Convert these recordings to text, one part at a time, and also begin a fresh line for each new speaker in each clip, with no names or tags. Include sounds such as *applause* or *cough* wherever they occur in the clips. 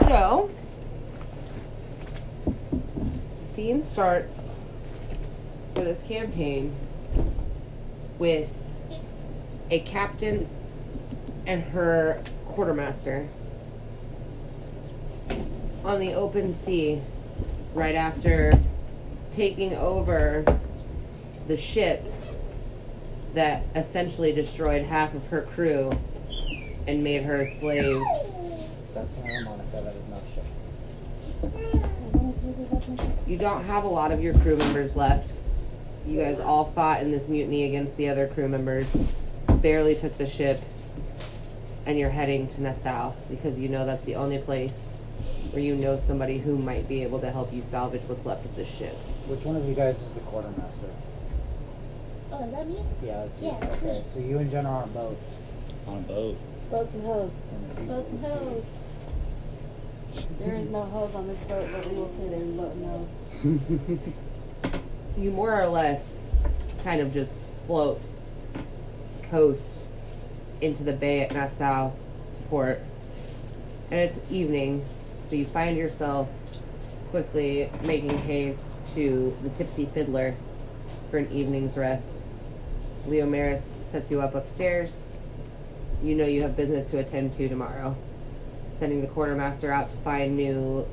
So, scene starts for this campaign with a captain and her quartermaster on the open sea right after taking over the ship that essentially destroyed half of her crew and made her a slave.
That's my harmonica that is not shut.
You don't have a lot of your crew members left. You guys all fought in this mutiny against the other crew members, barely took the ship, and you're heading to Nassau because you know that's the only place where you know somebody who might be able to help you salvage what's left of this ship.
Which one of you guys is the quartermaster?
Oh, is that me?
Yeah, that's
Yeah,
you.
that's
okay,
me.
so you and Jen are on both.
On a boat.
Boats and hoes.
and you-
Boats and hoes. There is no hose on this boat, but we will say there's boat and hose.
you more or less kind of just float coast into the bay at Nassau port. And it's evening, so you find yourself quickly making haste to the Tipsy Fiddler for an evening's rest. Leo Maris sets you up upstairs. You know you have business to attend to tomorrow. Sending the quartermaster out to find new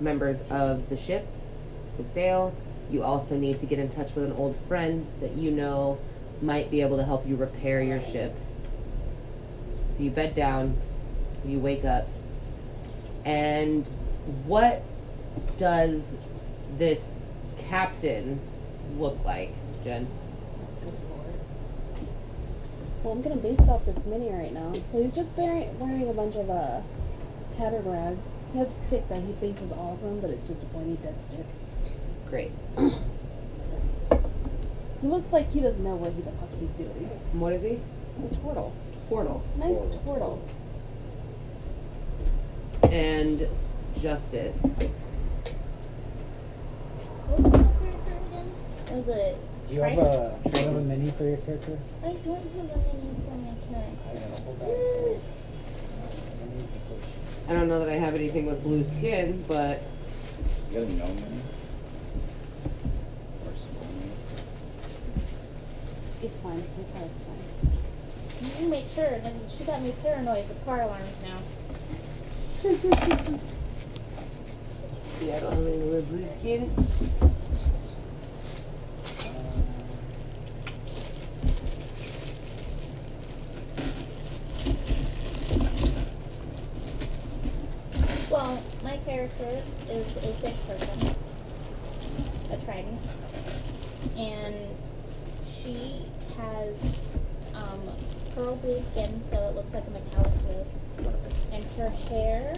members of the ship to sail. You also need to get in touch with an old friend that you know might be able to help you repair your ship. So you bed down, you wake up, and what does this captain look like, Jen?
Good lord. Well, I'm gonna base it off this mini right now. So he's just wearing, wearing a bunch of uh, tattered rags. He has a stick that he thinks is awesome, but it's just a pointy dead stick.
Great.
He looks like he doesn't know what he the fuck he's doing.
And What is he?
A turtle.
Portal.
Nice turtle.
And Justice.
What was my character again? Was it?
Do you have a, do you have a mini for your character?
I don't have a menu for my character.
I gotta hold that. Minis and switch.
I don't know that I have anything with blue skin, but
You got a gnome in it? Or storm
It's fine. The car's fine.
You make sure, and then she got me paranoid with car alarms now.
yeah, I don't have anything with blue skin.
Well, my character is a big person, a trident, and she has um, pearl blue skin, so it looks like a metallic blue, and her hair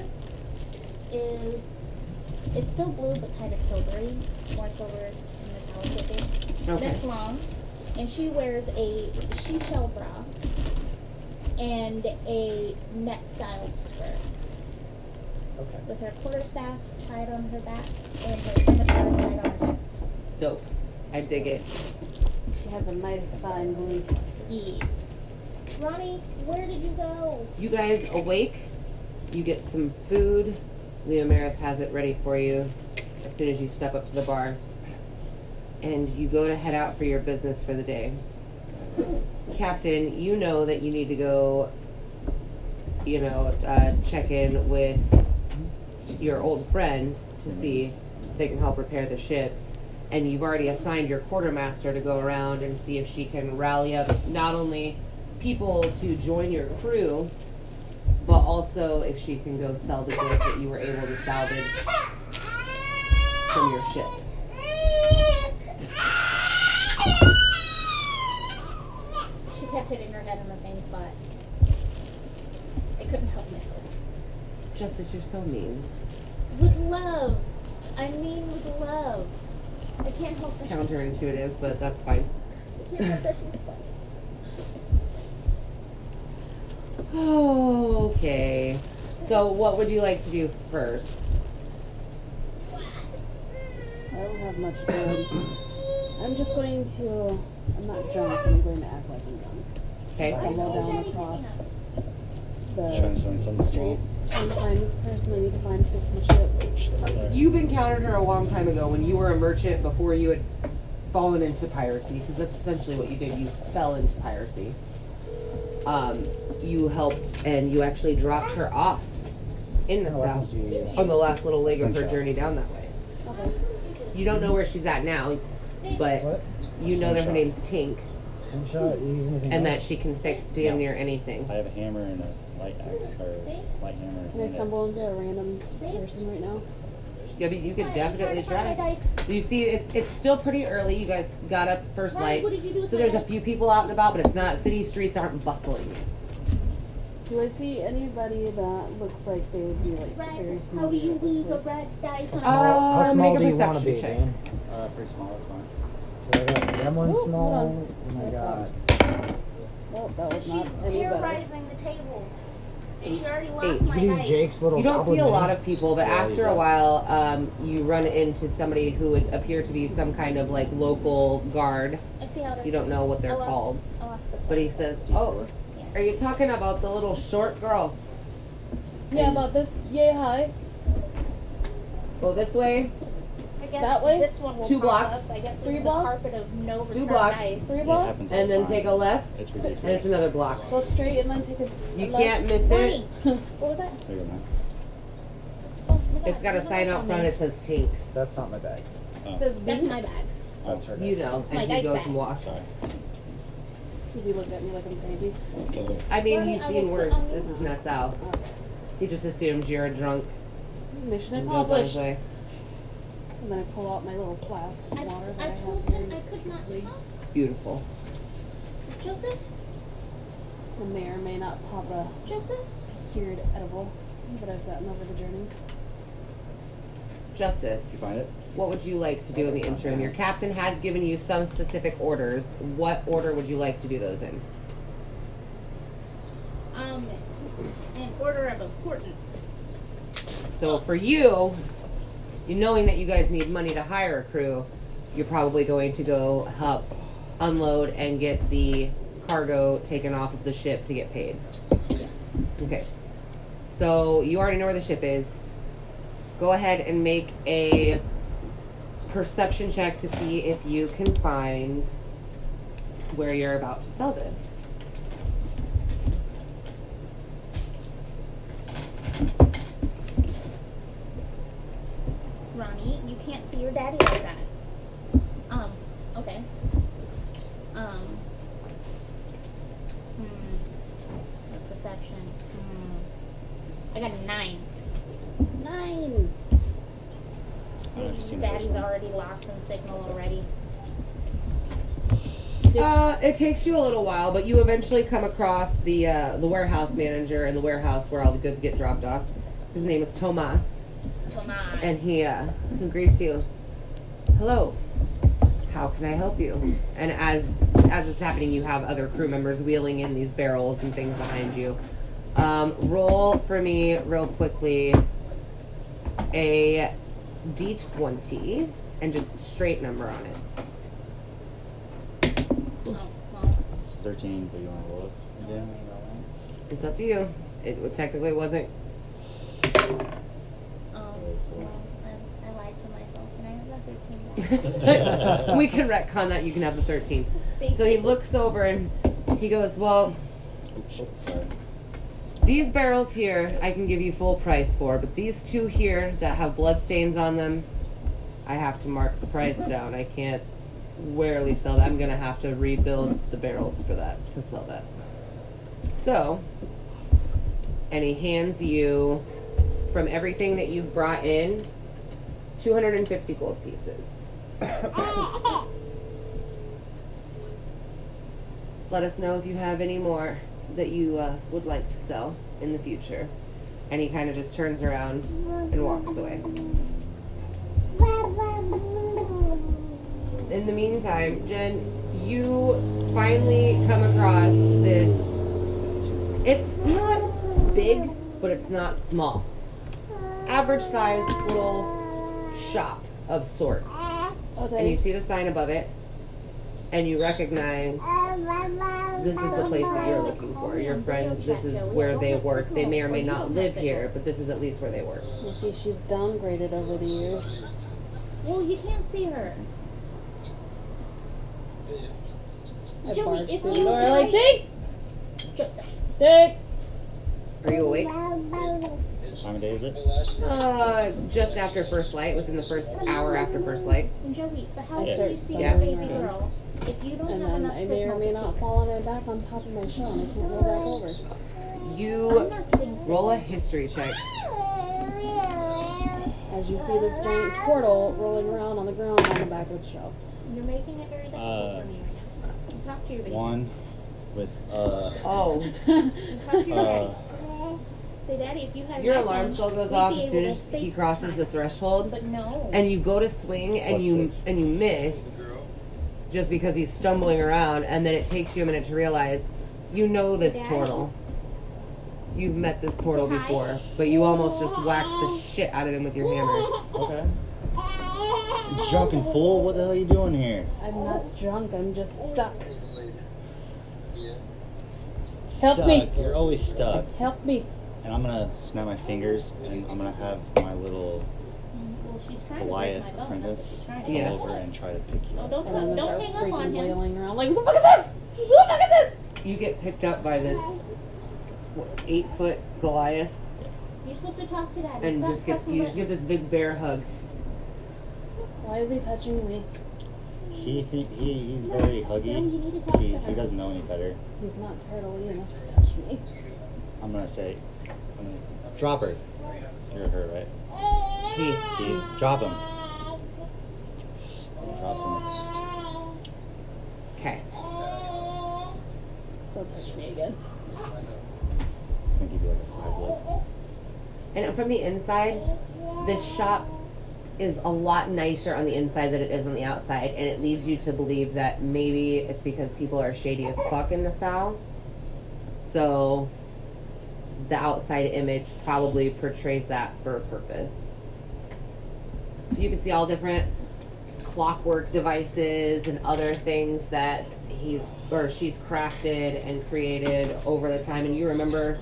is it's still blue but kind of silvery, more silver and metallic looking. And
Okay.
It's long, and she wears a she shell bra and a net styled skirt
Okay.
with her quarterstaff tied on her back and her peanut butter tied on her back.
Dope. I dig it.
She has a mighty fine blue.
Yeah. Ronnie, where did you go?
You guys awake. You get some food. Leo Maris has it ready for you as soon as you step up to the bar. And you go to head out for your business for the day. Captain, you know that you need to go, you know, uh, check in with your old friend to see if they can help repair the ship. And you've already assigned your quartermaster to go around and see if she can rally up not only people to join your crew, but also if she can go sell the goods that you were able to salvage from your ship.
She kept hitting her head in the same spot. I couldn't help myself.
Justice, you're so mean.
With love. I mean with love. I can't help that.
Counterintuitive, but that's fine. *sighs*
I can't help that she's
*laughs*
funny.
Okay. So, what would you like to do first?
I don't have much food. I'm just going to. I'm not drunk. I'm going to act like I'm drunk.
Okay.
Stumble down across the the
Trying to find something small.
streets trying to find this person I need to find to fix my ship.
You've encountered her a long time ago when you were a merchant before you had fallen into piracy, because that's essentially what you did. You fell into piracy. Um, you helped and you actually dropped her off in the
How
south
often do you use-
on the last little leg of her
Sunshine.
journey down that way.
Okay.
You don't know where she's at now, but
What?
you know that her
Sunshine.
name's Tink
Slingshot? You use anything
and that
else?
she can fix damn
No.
near anything.
I have a hammer and a light axe, or light hammer.
And I
and a-
stumble into a random person right now.
Yeah, but you could definitely
Hi, I'm trying to
try.
find my dice.
You see, it's it's still pretty early. You guys got up first
Ryan,
light,
what did you do with
so
my
there's a
dice?
few people out and about, but it's not city streets aren't bustling yet.
Do I see anybody that looks like they would be like very
Red. How do
familiar
you
with this
lose a
place?
red dice on
Uh,
a
How
Uh,
small
make a
do you want to
perception
be,
check.
Dan?
Uh, pretty small, that's fine.
Do I got gremlin
Ooh, Oh, hold
small?
on.
Oh my
That's
god.
Nope, that was not
She's
any better.
terrorizing the table. And
Eight.
she already lost
Eight.
Did
my
you use
dice.
Jake's little
You don't see
goblin
a
man?
lot of people, but
Yeah,
after a
exactly.
while, um, you run into somebody who would appear to be some kind of like local guard.
I see how this.
You don't know what
I
they're
lost-
called,
I lost this
but
one.
he says, "Oh, are you talking about the little short girl?
Yeah, about this. Yay, hi.
Go this way.
I guess
That way?
this one will
Two
pop
blocks.
Up. I guess
Three
it's the
blocks?
carpet of no return
blocks.
dice.
Three
It
blocks?
happens all
And
the
then
time.
take a left,
It's
and it's
ridiculous.
another block.
Go straight and then take a. s-
You
left.
can't miss
Twenty.
*laughs*
it.
what was that?
There you go.
Oh my God.
It's got a
Look at
sign
that
out front.
one.
It says Tinks.
That's not my bag.
Oh,
It says
That's
beast.
my bag.
That's her.
You know,
my
and he
dice
goes
bag.
and walks.
Sorry.
Because he looked at me like I'm crazy.
I mean,
Bernie,
he's
I
seen
will
worse.
sit on
This
you.
is not south. He just assumes you're a drunk.
Mission
and goes on his
accomplished.
way.
And then I pull out my little flask
I,
of water that I,
I told
have here
him
and
I
just
could
take a
not
swig.
talk.
Beautiful.
Joseph,
I may or may not pop a
Joseph,
cured edible that I've gotten over the journeys.
Justice.
You find it?
What would you like to do in the interim? Your captain has given you some specific orders. What order would you like to do those in?
um, in order of importance.
So for you, you knowing that you guys need money to hire a crew, you're probably going to go help unload and get the cargo taken off of the ship to get paid.
Yes.
Okay. So you already know where the ship is. Go ahead and make a perception check to see if you can find where you're about to sell this.
Ronnie, you can't see your daddy like that. Um, okay. Um. Hmm. No perception. Hmm. I got a nine. Nine.
I haven't seen the first
Daddy's
one.
already lost in signal already.
Uh, it takes you a little while, but you eventually come across the uh, the warehouse manager in the warehouse where all the goods get dropped off. His name is Tomas,
Tomas.
and he uh, he greets you. Hello. How can I help you? And as as it's happening, you have other crew members wheeling in these barrels and things behind you. Um, roll for me real quickly a d20 and just straight number on it.
Oh, well,
It's 13, but you want to roll it? Yeah.
It's up to you. It technically wasn't
um, well, I, I lied to myself and I have a
*laughs*
13
we can retcon that. You can have the 13.
Thank
So he
you.
looks over and he goes, Well,
Oops, Oh, sorry.
these barrels here I can give you full price for, but these two here that have blood stains on them, I have to mark the price down. I can't warily sell that. I'm going to have to rebuild the barrels for that to sell that. So, and he hands you from everything that you've brought in 250 gold pieces. Let us know if you have any more that you uh, would like to sell in the future. And he kind of just turns around and walks away. In the meantime, Jen, you finally come across this. It's not big, but it's not small. Average sized little shop of sorts.
Oh,
And you
Daddy.
see the sign above it, and you recognize this is the place that you're looking for. Your friend, this is where they work. They may or may not live here, but this is at least where they work.
You see, she's downgraded over the years.
Well, you can't see her.
I
Joey,
barged
if
through
you
the door
die-
like, Dick,
Joseph.
Dick.
Are you awake?
What time of day is it?
Uh, just after first light, within the first hour after first light.
Joey, but how
Yeah.
can you see
Yeah.
a baby
Yeah.
girl if you don't
And
have
then
enough
I may or
signal
may
to see
not
her?
fall on my back on top of my shell and I can't roll back over.
I'm
You
not getting signal.
roll a history check.
As you see this giant turtle rolling around on the ground on the back of the shell.
You're making it very difficult
Uh,
for me right now. Talk to your baby.
One with uh
Oh,
Talk to your
uh
daddy. Say, daddy, if you had
your
my
alarm
phone,
bell goes
we'd
off
be
as soon
able to
as he
FaceTime.
crosses the threshold,
But no.
and you go to swing and
Plus
you
six.
and you miss, just because he's stumbling around, and then it takes you a minute to realize you know this
Daddy.
turtle. You've met this turtle
Say hi.
before, but you almost just whacked the shit out of him with your hammer. Okay.
You drunken fool, what the hell are you doing here?
I'm not drunk, I'm just stuck. Help me!
Stuck. You're always stuck.
Help me!
And I'm gonna snap my fingers and I'm gonna have my little
well, she's trying to break
Goliath
my bone. That's what
apprentice
she's trying to
come
Yeah.
do.
over and try to pick you
Oh,
up.
don't,
And I'm
come,
gonna
don't
start
hang up on
freaking
him.
wailing around like, who the fuck is this? Who the fuck is this?
You get picked up by this what, eight foot Goliath
You're supposed to talk to daddy.
and
Stop
just get
pressing
you just
buttons.
get this big bear hug.
Why is he touching me?
He, he he he's very
Daddy, you
huggy.
need to talk
He
to her.
he doesn't know any better.
He's not turtley enough to touch me.
I'm gonna say I'm gonna- drop her. You're her, right?
He
He, drop him. He drops him.
okay.
Don't touch me again.
It's gonna give you like a side look.
And from the inside, this shop is a lot nicer on the inside than it is on the outside, and it leads you to believe that maybe it's because people are shady as fuck in the South. So the outside image probably portrays that for a purpose. You can see all different clockwork devices and other things that he's or she's crafted and created over the time and you remember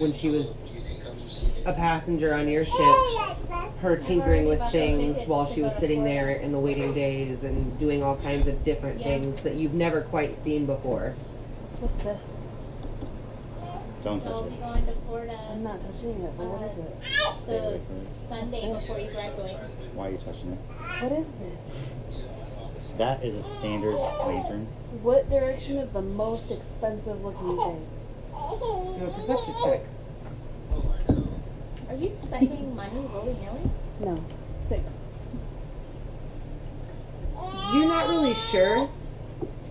when she was a passenger on your ship, her tinkering with things while she was sitting there in the waiting days and doing all kinds of different things that you've never quite seen before.
What's this?
Don't
So
touch
we'll be
it.
going to
I'm
Florida
not touching it, but what is it?
Stay away from it.
Sunday before you graduate.
Why are you touching it?
What is this?
That is a standard lantern.
What direction is the most expensive looking thing?
Do a perception check.
Are you spending money willy nilly?
No. Six.
You're not really sure,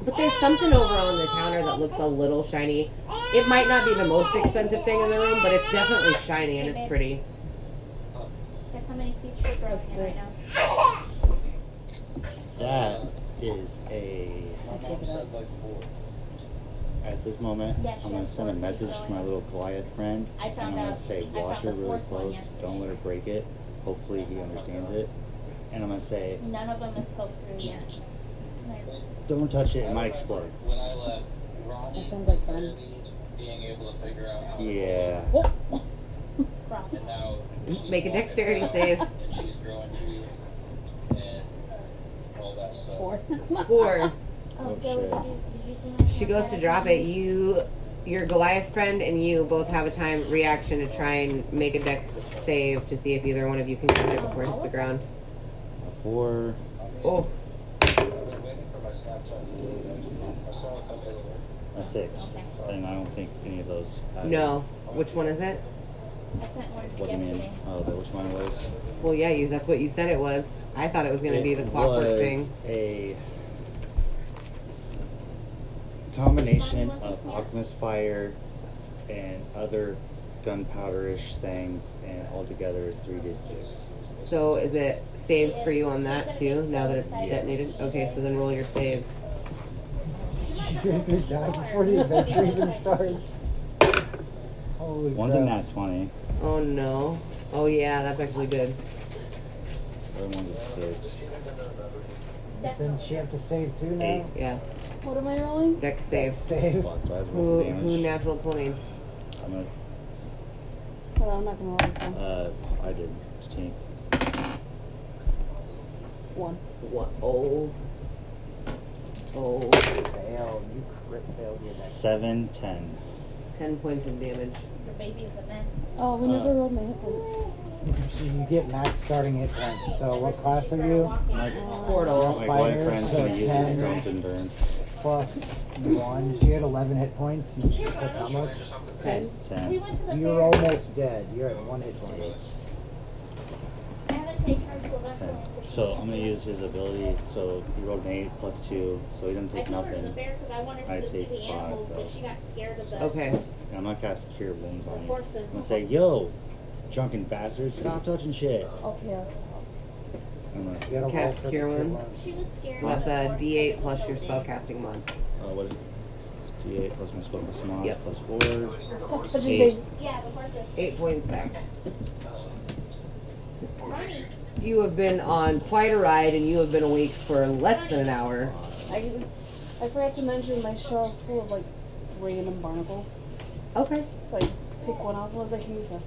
but there's something over on the counter that looks a little shiny. It might not be the most expensive thing in the room, but it's definitely shiny and it's pretty.
Guess how many teeth you're growing in right now?
That is a. At this moment,
Yeah, she
I'm gonna
has
send a
four
message
feet
to my
going.
little Goliath friend,
I
and I'm
found
gonna
out-
say,
I
"Watch
found
her
the
really
fourth one
close.
yesterday.
Don't let her break it. Hopefully, he understands it." And I'm gonna say,
None of them has poked through yet.
"Don't touch it. It might explode."
When I left, Ronnie
That sounds like fun.
barely being able to figure out how
Yeah.
What?
Problem.
and now she's
Make a
walking
dexterity
around,
save.
And she's growing feet and all that stuff.
Four. *laughs*
Four.
Oh,
Oh,
Joey, did
shit.
you, did you see my
She goes to drop it. You, your Goliath friend, and you both have a time reaction to try and make a dex save to see if either one of you can catch it before it hits the ground.
A four.
Oh,
I was waiting for my Snapchat. I saw it come over.
A six. And I don't think any of those. Have
no. Which one is it?
I sent one
What do you mean?
yesterday.
Oh, the, which one it was?
Well, yeah, you. That's what you said it was. I thought it was going to be the
It
clockwork
was
thing.
A combination of Optimus Fire and other gunpowder-ish things, and all together is three d six.
So is it saves for you on that too? Now that it's detonated. Okay, so then roll your saves.
*laughs* You're gonna die before the adventure
*laughs*
even starts. Holy
One's a nat twenty,
Oh no. Oh yeah, that's actually good.
the other one's a six.
But then she have to save too now?
Eight.
Yeah.
What am I rolling?
Deck save.
Save.
Fuck, do I have to
Who,
roll for
who
damage?
natural 20?
I'm gonna
Hold on, I'm not gonna roll this one.
Uh, I did. Fifteen.
One.
What? oh. Old. Old.
Fail. You crit failed your next.
Seven, ten.
10 points of damage.
Your baby is a mess.
Oh, we never
Uh,
rolled my hit points.
So you get max starting hit points. So
Ever
what
since
class
she
are
started
you?
walking,
My-
Portal.
My
Fire,
boyfriend's
so
gonna use his
10.
stones and burns.
Plus one. She had 11 hit points. You just took how much?
10.
We
Ten.
went to the
You're
fair.
almost dead. You're at one hit point.
I haven't taken her to a
Ten.
restaurant.
So I'm gonna use his ability. So he rolled an eight plus two, so he doesn't
I
take
took her to the
nothing.
fair because I wanted
I
her to see
take
the
five,
animals,
though.
but she got scared of the
Okay.
And I'm gonna cast cure wounds on him. I'm
horses.
gonna say, "Yo, drunken bastard, stop touching shit."
Oh, chaos.
I'm gonna.
You gotta roll
Cast
for the
cure
crit
wounds.
one.
She was scared.
So
of
that's
the
a
horse
d8
because
plus
it
your
was so big.
spellcasting mod.
Uh, what is it? D8 plus my spell plus mod
Yep.
plus four.
Stop touching
Eight.
things.
Yeah, the horses.
8 points back.
Ronnie,
You have been on quite a ride and you have been awake for less than an hour.
I, I forgot to mention my shell is full of like random barnacles.
Okay.
So I just pick one off and I was like, here you go.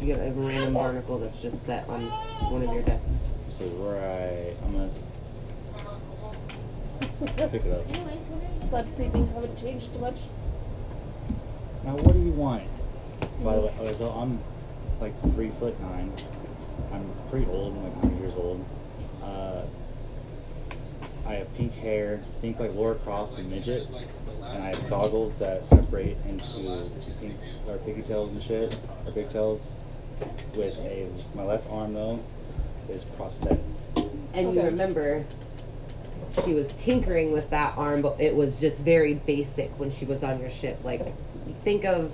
You get a random barnacle that's just set on one of your desks.
So right, I'm gonna s- *laughs* pick it up.
anyways, what are you
Glad to see things haven't changed too much.
Now, what do you want? By the way, okay, so I'm like three foot nine. I'm pretty old. I'm like 100 years old. Uh, I have pink hair. Think like Laura Croft, the midget. And I have goggles that separate into pink or pigtails and shit, or pigtails. With a my left arm though is prosthetic.
And you
Okay.
remember she was tinkering with that arm, but it was just very basic when she was on your ship. Like, think of,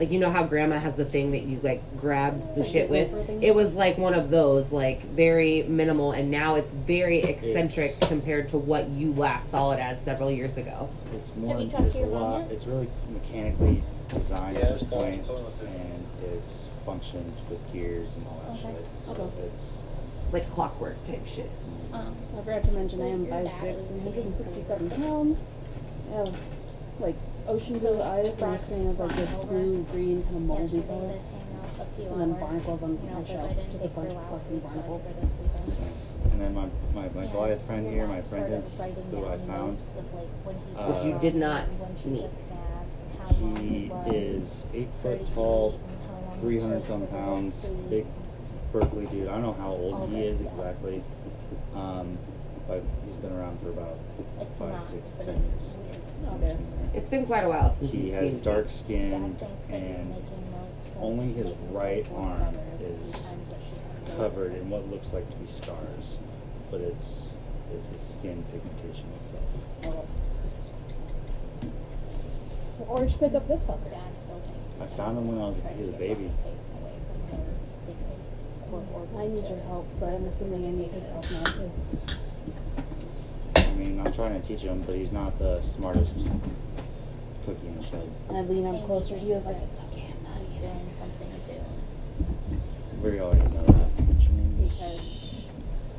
like, you know how grandma has the thing that you, like, grab the
Like
shit
the
with?
gopher thing?
It was like one of those, like, very minimal, and now it's very eccentric
It's-
compared to what you last saw it as several years ago.
It's more.
Have you talked to
It's a
your mom
lot.
yet?
It's really mechanically designed
Yeah,
at this
it's probably
point,
totally with it.
and it's functioned with gears and all that
Okay.
shit. So
Okay.
it's
Like clockwork type shit.
Um,
I forgot to mention I am 5'6 and 167 pounds. I have like ocean blue eyes and the skin is like this blue green kind of moldy color.
yesterday that came out a few
And then
hours,
barnacles on
you know,
my
'cause I
shell.
didn't
Just a
take her
bunch of
last
fucking
week, so I
barnacles.
took her this weekend.
nice. And then my my, my
And
Goliath friend
the
here, my
last
friend
part of
Hintz,
writing
who I
down
found,
notes of, like, when he
Uh,
Which you
got
did
drunk,
not
when she
meet.
took naps, and how long
he
was,
is eight
where he
foot
could
tall,
eat and how long it
three hundred
took
some
for her to
pounds,
sleep.
big Berkeley dude. I don't know how
All
old he
this
is
stuff.
exactly, um, but he's been around for about
It's
five,
not,
six,
but
ten
it's
years.
weird.
Oh, there.
It's been quite a while since
He
you've
has
seen
dark
Dad
skin
thinks that he's
and
making notes of
only his
making
right
something
arm
clever every
is
time that she had a
covered in what looks like to be scars, but it's it's his skin pigmentation itself.
Or you should pick up this fucker.
Dad still thinks
I found him when I was he was a baby.
I need your help, so I'm assuming I need his help now too.
I mean, I'm trying to teach him, but he's not the smartest cookie in the shed.
And I lean up closer to you. I was like, it's okay, I'm not
he's doing something too.
We already know that.
Because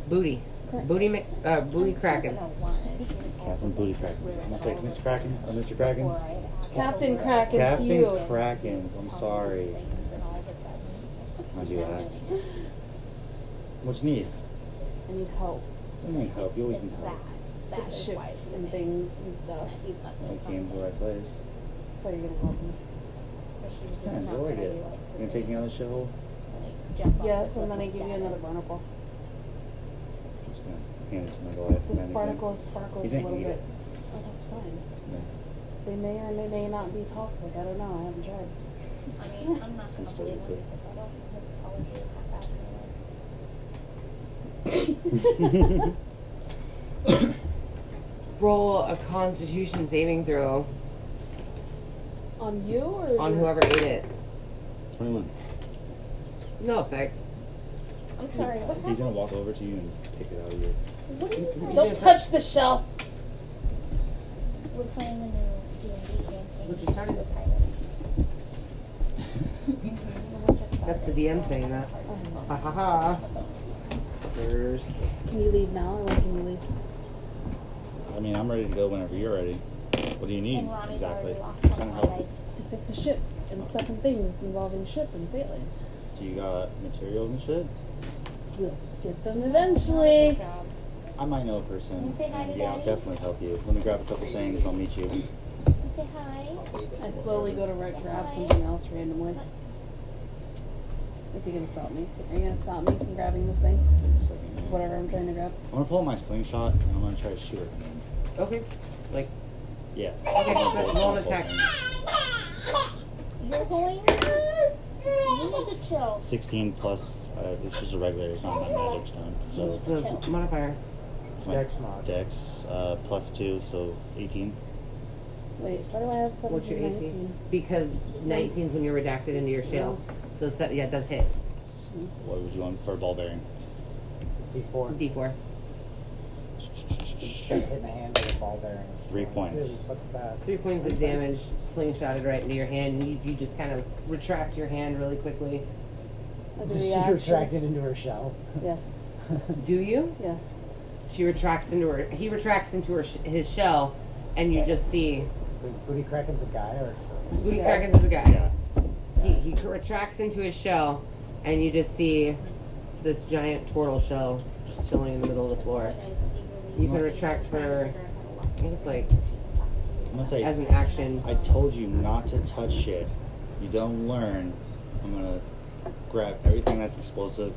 booty. Booty, Mc, uh, booty Kraken.
Captain Booty Krakens. I'm gonna say, Mr. Kraken, uh, Mr. Krakens.
Captain Crack, it's
Captain
you.
Krakens. I'm sorry. I'll do that. What you need?
I need help.
I need help. You always need help.
That
With
is
ship
why he
and
thinks
things and stuff.
that he's not
My
doing
game's
something.
the right place.
So you're gonna help me.
But she's just
I
not
enjoyed
gonna
it.
be, like,
You gonna
this
take me out of the shithole?
like, jump off
Yes,
the
and then I give
cliff
you
like that.
another barnacle.
Just gonna hand it to my Goliath. man
This
again.
barnacle sparkles
He's
a
gonna
little
eat
bit.
it.
Oh, that's fine.
Yeah.
They may or they may not be toxic. I don't know. I haven't tried.
I mean, I'm not gonna
He's still
believe him
good.
because I don't think his apology is half assed anyway.
Roll a constitution saving throw
On you or
on
your-
whoever ate it.
21.
No effect.
I'm sorry, what
He's
happened?
gonna walk over to you and pick it out of you.
What are you guys?
Don't touch the shell.
We're playing the new D and D game.
Would you start it?
with pirates. We're just
That's the
started,
DM
so-
saying that. Ha ha ha.
Fuckers.
Can you leave now or when can you leave?
I mean, I'm ready to go whenever you're ready. What do you need?
And Ronnie's
exactly.
already lost
What
one
kind of
of my
help?
legs.
To fix a ship and stuff and things involving ship and sailing.
So you got materials and shit?
We'll get them
Good
eventually.
job.
I might know a person.
Can you say hi to
yeah, I'll
Daddy?
definitely help you. Let me grab a couple things. I'll meet you.
Say hi.
I slowly go to right grab something else randomly. Is he gonna stop me? Are you gonna stop me from grabbing this thing?
Give me a second here.
Whatever I'm trying to grab.
I'm gonna pull out my slingshot and I'm gonna try to shoot her.
Okay. Like,
Yeah.
okay, but roll an attack.
You're going. You need to chill.
16 plus. Uh, it's just a regular. It's not my magic stone. So
The modifier.
it's my
Dex mod.
Dex uh, plus two, so 18.
Wait, why do I have
What's your
17,
AC?
19?
Because 19's when you're redacted into your shell. So, se- yeah, it does hit.
What would you want for a ball bearing?
D4.
D4.
Should hit in the hand with a ball bearing.
Three points.
Really fucking fast.
Three points of damage, slingshotted right into your hand. You, you just kind of retract your hand really quickly.
As a
Does she
reaction.
retract it into her shell? *laughs*
Yes,
Do you?
yes.
She retracts into her. He retracts into her sh- his shell, and you just see
Wait, Booty Kraken's a guy or
Booty
Yeah.
Kraken's the guy.
Yeah.
He, he retracts into his shell, and you just see this giant turtle shell just chilling in the middle of the floor. You can retract for I think it's like
I'm gonna say,
as an action.
I told you not to touch shit. You don't learn. I'm gonna grab everything that's explosive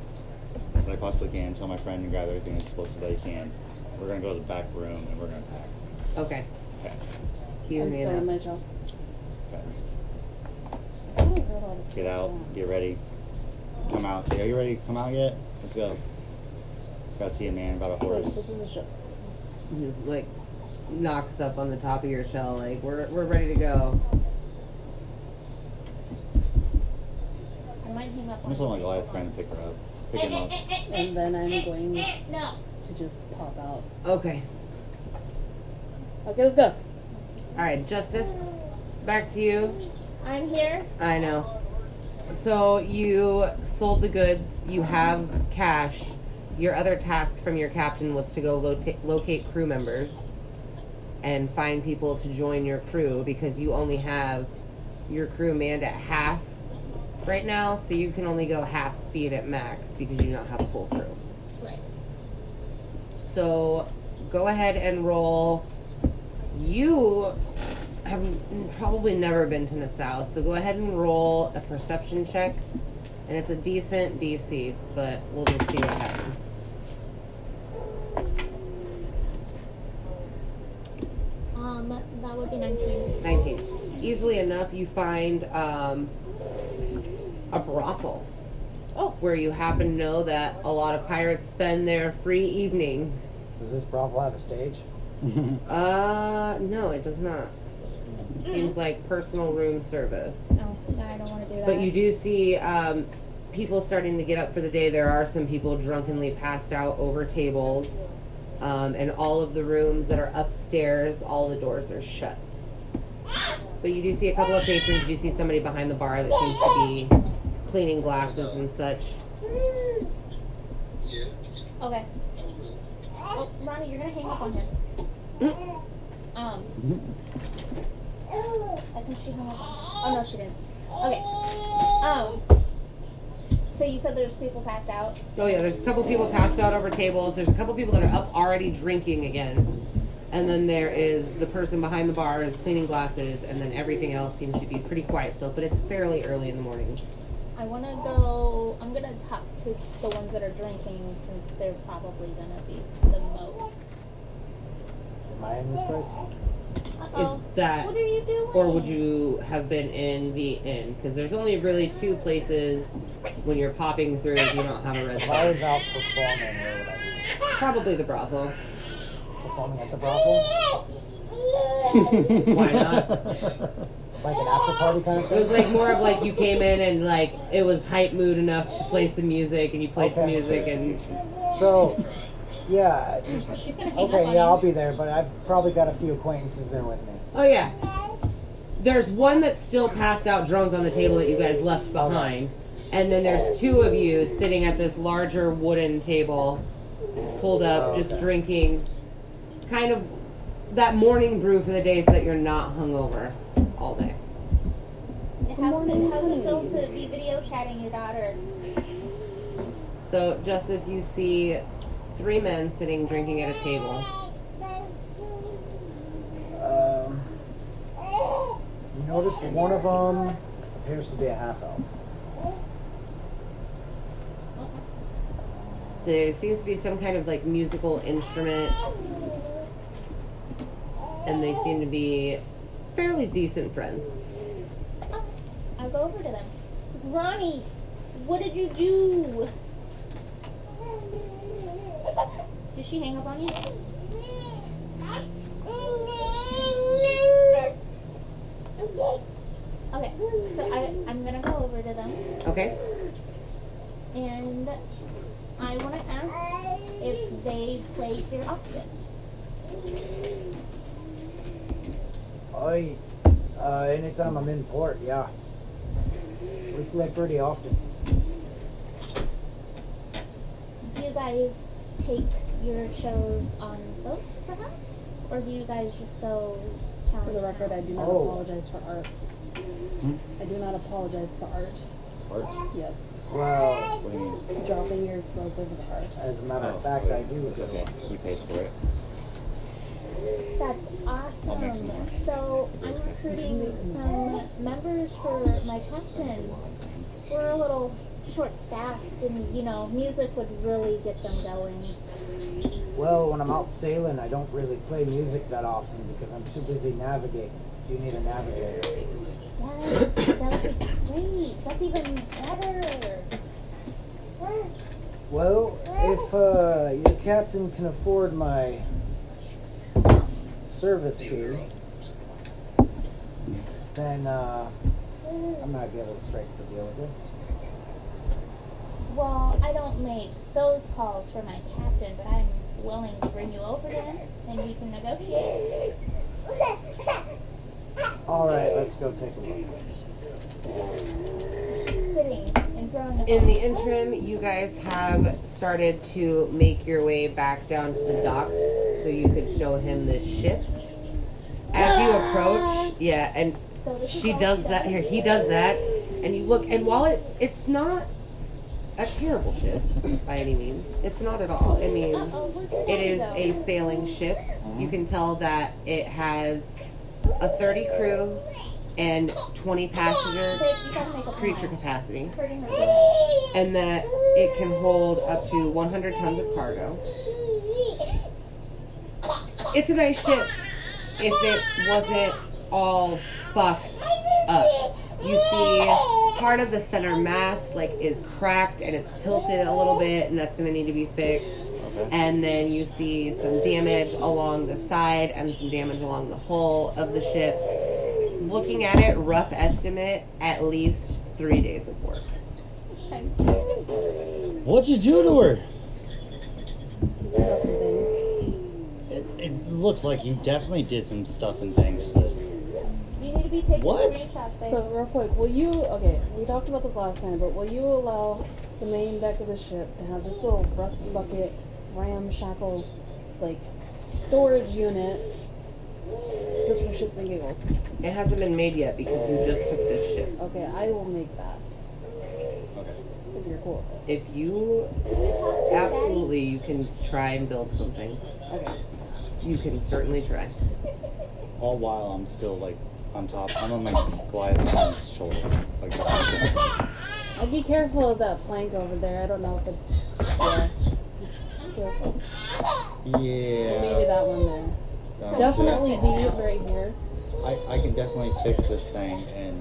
that I possibly can. Tell my friend to grab everything that's explosive that he can. We're gonna go to the back room and we're gonna pack.
Okay.
Okay.
You
I'm
made
still in
up.
my shell.
okay.
I don't know all this
Get
stuff
out.
down.
Get ready. Come out. Say, are you ready to come out yet? Let's go. Gotta see a man about a
Wait,
horse.
this is a ship.
He just like knocks up on the top of your shell. Like we're we're ready to go.
I might hang up
I'm just
on
telling my
you.
Goliath friend to pick her up. Pick him up.
And then I'm going to
*laughs* No.
just pop out.
Okay.
Okay, let's go.
All right, Justice. Back to you.
I'm here.
I know. So you sold the goods. You have cash. Your other task from your captain was to go lota- locate crew members and find people to join your crew because you only have your crew manned at half right now. So you can only go half speed at max because you don't have a full crew.
Right.
So go ahead and roll. You have probably never been to Nassau, so go ahead and roll a perception check. And it's a decent DC, but we'll just see what happens.
Um, that would be 19.
19. Easily enough, you find um, a brothel.
Oh.
Where you happen to know that a lot of pirates spend their free evenings.
Does this brothel have a stage?
Uh, no, it does not. Seems like personal room service.
No, no, I don't want to do that.
But you do see um, people starting to get up for the day. There are some people drunkenly passed out over tables. Um, and all of the rooms that are upstairs, all the doors are shut. But you do see a couple of patrons. You see somebody behind the bar that seems to be cleaning glasses and such.
Yeah.
Okay. Oh, Ronnie, you're gonna hang up on him. Um. I think she hung up. Oh no, she didn't. Okay. Um. So you said there's people passed out.
Oh yeah, there's a couple people passed out over tables. There's a couple people that are up already drinking again. And then there is the person behind the bar is cleaning glasses, and then everything else seems to be pretty quiet still. But it's fairly early in the morning.
I want to go. oh, I'm gonna talk to the ones that are drinking since they're probably gonna be the most.
Am I in this place?
Uh
Is
oh.
that
What are you doing?
Or would you have been in the inn? Because there's only really two places when you're popping through if you don't have a
If I
residence.
was out performing, where would I be?
Probably the brothel.
Performing at the
*laughs*
brothel?
*laughs* Why not?
Like an after party kind of
It was
thing?
like more of like you came in and like it was hype mood enough to play some music and you played some
Okay.
music and
So, yeah.
She's gonna hang up
Okay,
on
yeah,
you.
I'll be there, but I've probably got a few acquaintances there with me.
oh yeah. There's one that's still passed out drunk on the table that you guys left behind. And then there's two of you sitting at this larger wooden table, pulled up, just drinking kind of that morning brew for the days that you're not hungover all day.
How's it, how's it feel to be video chatting your daughter?
So, just as you see three men sitting drinking at a table,
Um, you notice one of them appears to be a half elf.
there seems to be some kind of like musical instrument, and they seem to be fairly decent friends.
I'll go over to them. Ronnie, what did you do? Did she hang up on you? Okay, so I, I'm gonna go over to them
Okay?
and I wanna ask if they play here often.
I, uh, anytime I'm in port, yeah. We play pretty often.
Do you guys take your shows on boats perhaps? Or do you guys just go town?
For the record, I do not
Oh.
apologize for art. I do not apologize for art.
Parts?
Yes,
Well,
What do you mean?
dropping your explosive is art.
as a matter
Oh,
of fact, I do.
It's okay. You paid for it.
That's
I'll make
awesome.
some more.
So I'm recruiting some members for my captain. We're a little short staffed and you know, music would really get them going.
Well, when I'm out sailing, I don't really play music that often because I'm too busy navigating. You need a navigator.
Yes, that would be great. That's even better.
Well, if uh, your captain can afford my service fee, then uh, I might be able to strike a deal with it.
Well, I don't make those calls for my captain, but I'm willing to bring you over to him and we can negotiate.
All right, let's go take a look.
Spitting and throwing the
In the interim, you guys have started to make your way back down to the docks so you could show him the ship. As you
*gasps*
approach, yeah, and
So this is
she
all
does
she
that
does?
here, he does that, and you look and while it it's not a terrible ship by any means. It's not at all. I mean
Uh-oh, where did
it
I
is
go?
a sailing ship. You can tell that it has a thirty crew and twenty passenger
Babe, you gotta make up your
creature
mind.
capacity
Hurting her.
and that it can hold up to 100 tons of cargo. It's a nice ship if it wasn't all fucked up. You see, part of the center mast like is cracked and it's tilted a little bit, and that's going to need to be fixed. And then you see some damage along the side and some damage along the hull of the ship. Looking at it, rough estimate, at least three days of work.
What'd you do to her?
Stuff and things.
It, it looks like you definitely did some stuff and things.
You need to be taking
What?
screenshots, babe.
So real quick, will you? Okay, we talked about this last time, but will you allow the main deck of the ship to have this little rust bucket, ramshackle, like storage unit, just for shits and giggles?
It hasn't been made yet because you just took this ship.
Okay, I will make that
Okay.
if you're cool with
If you
Can you talk to your daddy?
absolutely, you can try and build something.
it. Okay.
You can certainly try.
All while I'm still like on top. I'm on my Goliath's shoulder. Like just like
I'd be careful of that plank over there. I don't know if it. Yeah. Just careful.
that.
Maybe
Yeah.
that one
That's
there.
it.
Definitely these right here.
I, I can definitely fix this thing and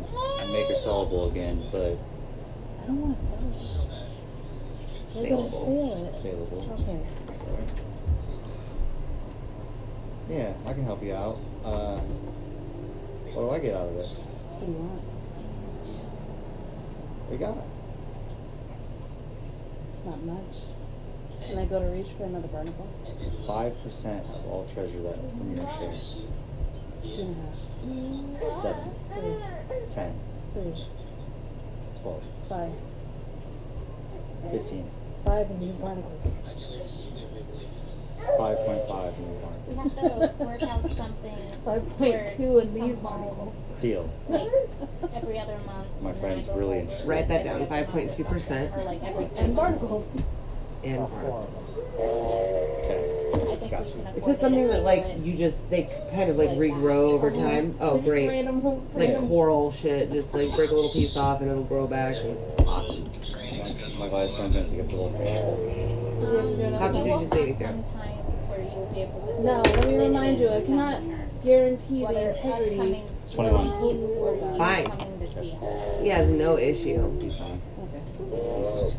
make her sellable again, but
I don't want to sell it. We're
Saleable.
gonna sell it.
saleable.
Okay.
Sorry. Yeah, I can help you out. Uh, what do I get out of it?
What do you want?
We got it.
Not much. Can I go to reach for another barnacle?
Five percent of all treasure that from your shares.
Two and a half.
Seven,
Three.
ten,
Three.
twelve.
Five.
Fifteen.
Five in these particles.
Five point five in the park.
We have to work out something.
Five point two in these particles.
Deal.
Like every other month.
My
and then I
friend's
go
really
over
interested.
Write that down.
every other
Five
month
point two percent
Or like every
And
two months.
particles.
and
About four
harm.
of them.
Okay.
I think
Gotcha.
we can afford
Is this
it
something
if
that
we
like
do it.
you just they kind of like regrow over time? Oh,
They're just
great!
Random,
It's like
random.
coral shit. Just like break a little piece off and it'll grow back. Awesome.
My last friend's gonna take up the location.
Did you ever do another
Um, so
Constitution
we'll have
saving
some
throw.
time where you'll be able to.
No, let me remind you, it's not guarantee the integrity.
Twenty-one.
Fine.
Fine.
He has no issue.
He's
*laughs*
fine.
Okay.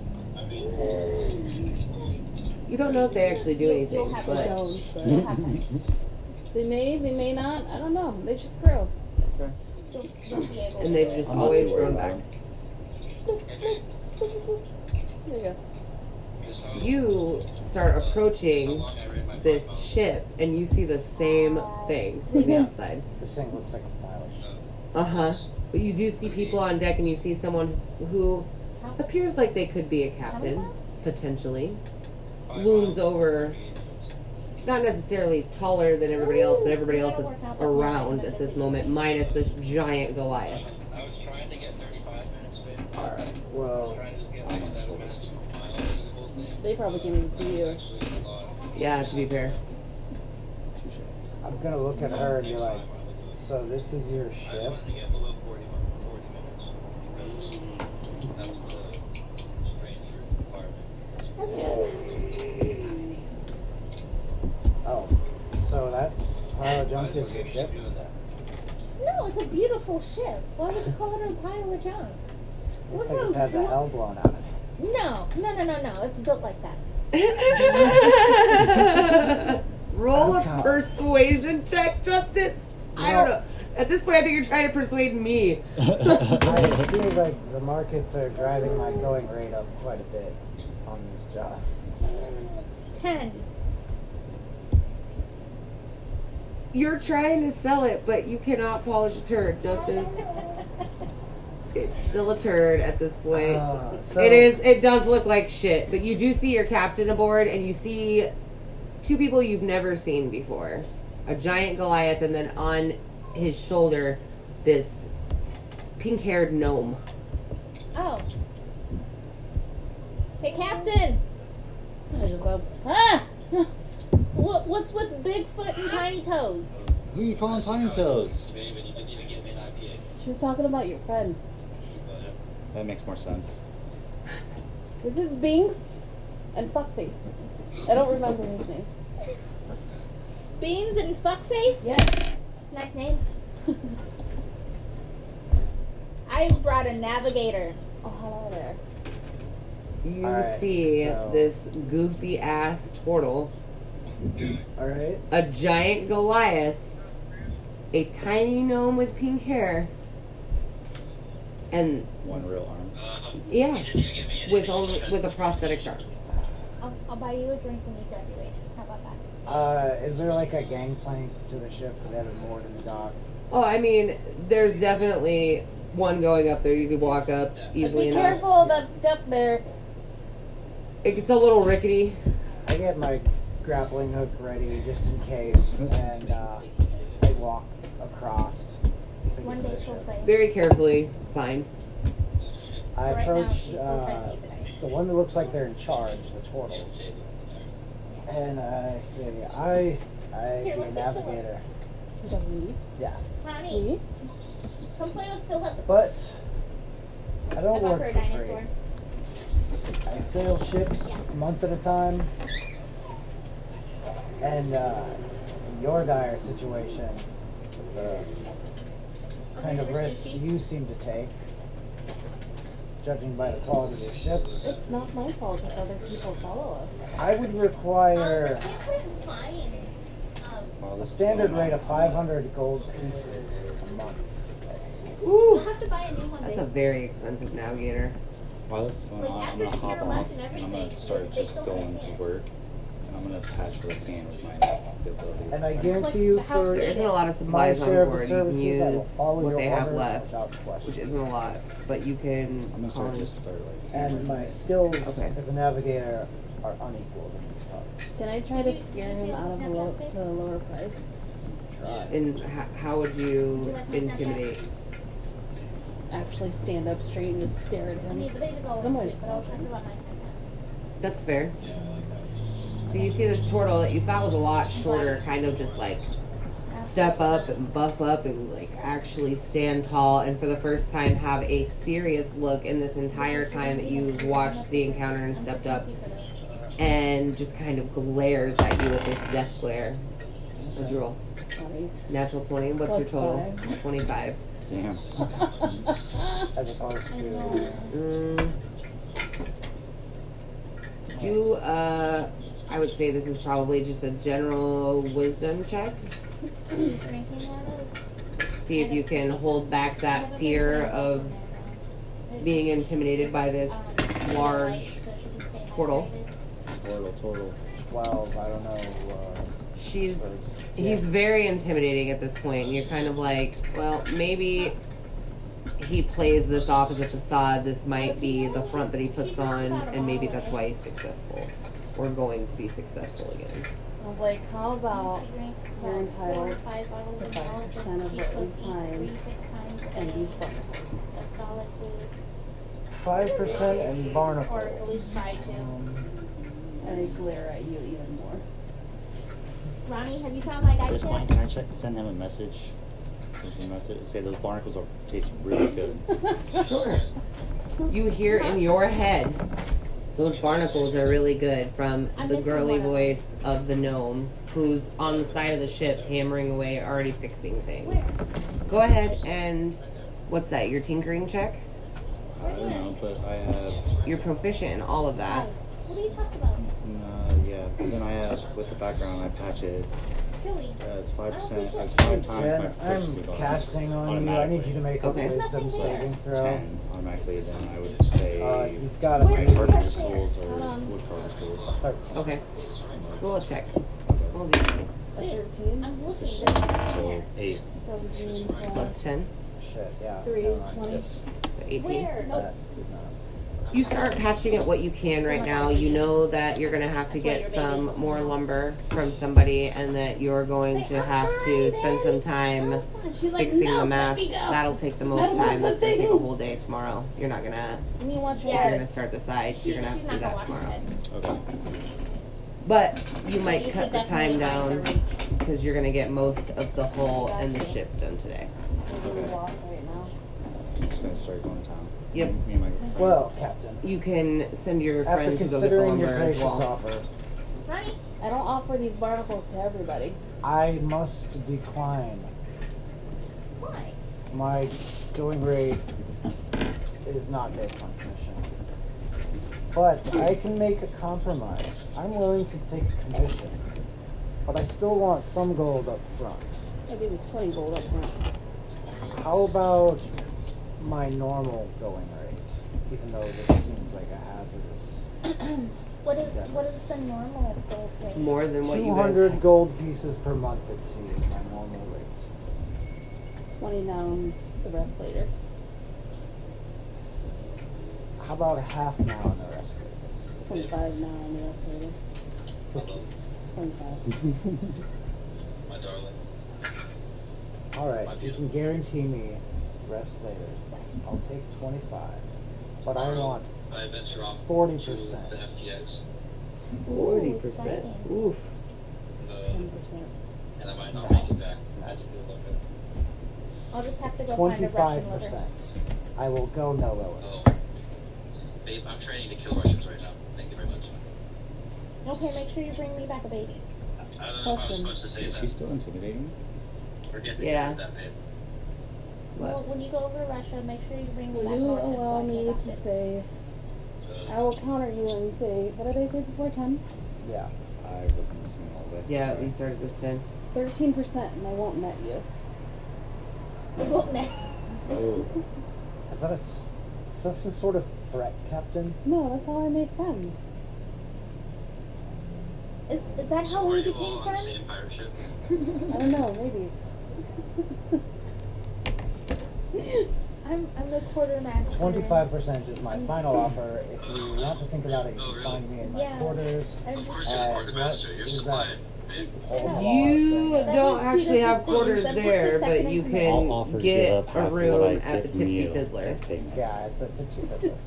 You don't know if they actually do anything,
You'll have
They
but
don't, but they may, they may not. I don't know. They just grow.
and they've just
I'm not too
always grown
worried about
back.
him.
There you go.
You start approaching this ship and you see the same thing from the outside.
This thing looks like a pile of shit.
Uh huh. But you do see people on deck and you see someone who appears like they could be a captain, potentially. Looms over, not necessarily taller than everybody else, but everybody else that's around at this moment, minus this giant Goliath.
I was trying to get 35 minutes, babe.
Well,
Trying to just get like 7 minutes.
They probably can't even see you.
Yeah, to be fair.
I'm gonna look at her and be like, so this is your ship?
To get below 40, 40 minutes. Because that's the stranger department.
Oh, so that pile of junk is your ship?
Doing that.
No, it's a beautiful ship. Why would you call it a pile of junk?
Looks like it's had the hell blown out of it.
No, no, no, no, no. It's built like that.
Roll a
Okay.
persuasion check, Justice. I don't
No.
know. At this point, I think you're trying to persuade me.
I feel like the markets are driving my going rate up quite a bit on this job.
Ten.
You're trying to sell it, but you cannot polish a turd, Justice. It's still a turd at this point.
Uh, so
it is. It does look like shit, but you do see your captain aboard, and you see two people you've never seen before: a giant Goliath, and then on his shoulder, this pink-haired gnome.
Oh. Hey, Captain.
I just go. Ah!
What, what's with Bigfoot and tiny toes?
Who you calling Tiny Toes?
She was talking about your friend.
That makes more sense.
This is Binks and fuckface. I don't remember his name.
Beans and fuckface.
Yes.
It's nice names. *laughs* I brought a navigator.
Oh, hello there.
You
Alright,
see
so-
this goofy ass turtle,
Alright.
a giant Goliath, a tiny gnome with pink hair, and
One real arm.
yeah, with only with a prosthetic arm.
I'll, I'll buy you a drink when you graduate. How about that?
Uh, is there like a gangplank to the ship that have it moored in the dock?
Oh, I mean, there's definitely one going up there. You could walk up
But
easily
be
enough.
careful of that step there.
It gets a little rickety.
I get my grappling hook ready just in case, and uh, I walk across. To get
One
to
day
the
she'll
ship.
play.
Very carefully. Fine.
I
Right now,
approach
she's still tries to
uh,
eat the dice.
the one that looks like they're in charge, the turtle, and I say, "I, I
Here,
be a
let's get
navigator."
Which I believe.
Yeah,
Ronnie, come play with Philip.
but I
I
don't
bought her
work
a
for free.
dinosaur.
I sail ships a month at a time, and uh, in your dire situation, the kind of risks you seem to take, judging by the quality of your ship,
It's not my fault that other people follow us.
I would require
I couldn't Um, find. Um,
Well,
a
this is
standard
going
rate
on.
of 500 gold pieces a month. That's-
we'll
Ooh,
have to buy a new one.
that's
babe.
a very expensive navigator.
While this is going
Like,
on, I'm
after
gonna
she
hop
got
off
arrested and
and I'm
everything,
gonna start
they
just
still haven't seen
going to
it.
work. and I'm gonna patch for the pain with my ability.
And I
I'm
guarantee
like
you
the house
for
There isn't a lot of
my
supplies on
share of the
board. You
services,
can
I will
use
follow
what
your
they have
orders
left,
without
which
question.
isn't a lot, but you can.
I'm gonna start
con-
just start like
And my skills
Okay.
as a navigator are unequal in these parts.
Can I try to scare
Did you
him
see
out
all
of a
the
low,
Snapchat pics?
to a lower price?
And how, how would you intimidate?
Actually, stand up straight and just stare at
I
him.
mean, the baby's always
Someone
asleep, but I was talking about my
That's fair.
Yeah, I like that.
So you see this turtle that you thought was a lot shorter, kind of just like step up and buff up and like actually stand tall and for the first time have a serious look in this entire time that you've watched the encounter and stepped up and just kind of glares at you with this death glare. What'd you roll?
Sorry.
Natural 20. What's your
Plus
total? 25.
damn.
As opposed to
Mm. Do uh, I would say this is probably just a general wisdom check.
Drinking water.
See if you can hold back that fear of being intimidated by this large. portal.
Turtle, turtle.
twelve, I don't know, uh,
She's
first.
he's very intimidating at this point. You're kind of like, well, maybe he plays this off as a facade. This might be the front that he puts on, and maybe that's why he's successful or going to be successful again.
*laughs* I'm like, how about
You're entitled
to
to
five
five percent of what we find
and
and
these
these
barnacles?
five percent and
Or at
barnacles.
least try to.
And I glare at you even more.
Ronnie, have you found my dice
Where's mine?
yet?
Can I check, send him a message? Just a message. Say those barnacles are taste really good.
Sure. You hear in your head, those barnacles are really good from
I'm
the
missing
girly
one of them.
voice of the gnome who's on the side of the ship hammering away, already fixing things.
Where?
Go ahead and what's that? Your tinkering check?
I don't know, but I have.
You're proficient in all of that.
What are you talking about?
Uh, yeah. But then I have with the background. I patch it. It's,
Joey.
uh, it's five percent. It's five times my
Um, Jen,
proficiency
I'm
bonus.
casting on you, I need you to make a
Okay.
wisdom
Nothing there.
saving
automatically.
throw.
ten automatically. Then I would say.
Uh, you've got
Where-
a
carpenter's tools or
Hold on.
wood carver's tools.
thirteen.
Okay. Roll a check. Roll a d10.
A
Wait,
13?
I'm looking.
So eight.
17
Plus 10.
Shit, yeah.
Three,
never mind.
twenty.
Yes,
So 18.
Where?
that
Nope.
did not-
You start patching at what you can right now. You know that you're going to have to
That's why
get
your baby's
some
listening
more
else.
lumber from somebody and that you're going to have to spend some time
She's like,
fixing
no,
the mask.
let me go.
That'll take the
I
most
don't
time.
want the
That's going to take a
things.
whole day tomorrow. You're not going to,
Can you watch
Yeah.
you're going to start the side.
She,
you're going to
she's
have to do
not gonna
that
watch
tomorrow.
it.
Okay.
But you might
You
cut
should
the time
definitely
down
find the reach.
because you're going to get most of the hull and the ship done today.
Okay.
walk right now?
I'm just gonna start going to town.
Yep.
Me and my friends.
Well, Captain,
You can send your
after
friends to go get the
considering
lumber
your
as
gracious
well.
offer,
Ronnie,
I don't offer these barnacles to everybody.
I must decline.
why?
My going rate is not based on commission. But I can make a compromise. I'm willing to take commission. But I still want some gold up front.
I gave you 20 gold up front.
How about my normal going rate? Even though this seems like a hazardous.
What is what is the normal gold rate?
More than what you guys
200 gold pieces per month at sea is my normal rate.
20 down, the rest later.
How about a half now on the rest of it?
25 now, and the rest later. 25.
My darling.
Alright, if you can guarantee me rest later, I'll take 25. But I want
I venture off
40%.
to the FTX.
Forty percent.
exciting.
Oof.
The,
10%.
and I might not make it back. I just feel like it.
I'll just have to go find a Russian liver.
25%. I will go no lower.
Oh. Babe, I'm training to kill Russians right now. Thank you very much.
Okay, make sure you bring me back a baby.
I don't know if I was
Question.
supposed to say
Is she
that.
still intimidating?
Forget that
Yeah.
you did that, babe.
Well,
What?
when you go over to Russia, make sure you bring me
Will
back
you
orphans so I
allow
can
me
adopt
to
it. *laughs*
say, I will counter you and say, what did I say before 10?
Yeah.
I wasn't listening all day.
Yeah,
Sorry.
we started with ten.
13% and I won't net you.
We won't know.
Oh,
Is that, a s is that some sort of threat, Captain?
No, that's how I make friends.
Is, is that how we became
on the same
friends?
pirate ship?
I don't know, maybe. *laughs*
I'm, I'm the quartermaster.
Twenty-five percent is my final offer. If you want to think about it, you can find me in my
Yeah.
quarters.
I'm
Of course
just,
you're the
Uh,
quartermaster.
what
You're
is
supplying.
All
You
laws.
That
don't
means two
actually have
different
quarters
things. I'm just
there,
the
but
second in
you
command.
I'll offer
can
to
get
give
a
up half of
room
what I
at the
give
Tipsy
you
Fiddler.
as payment.
Yeah, at the tipsy fiddler.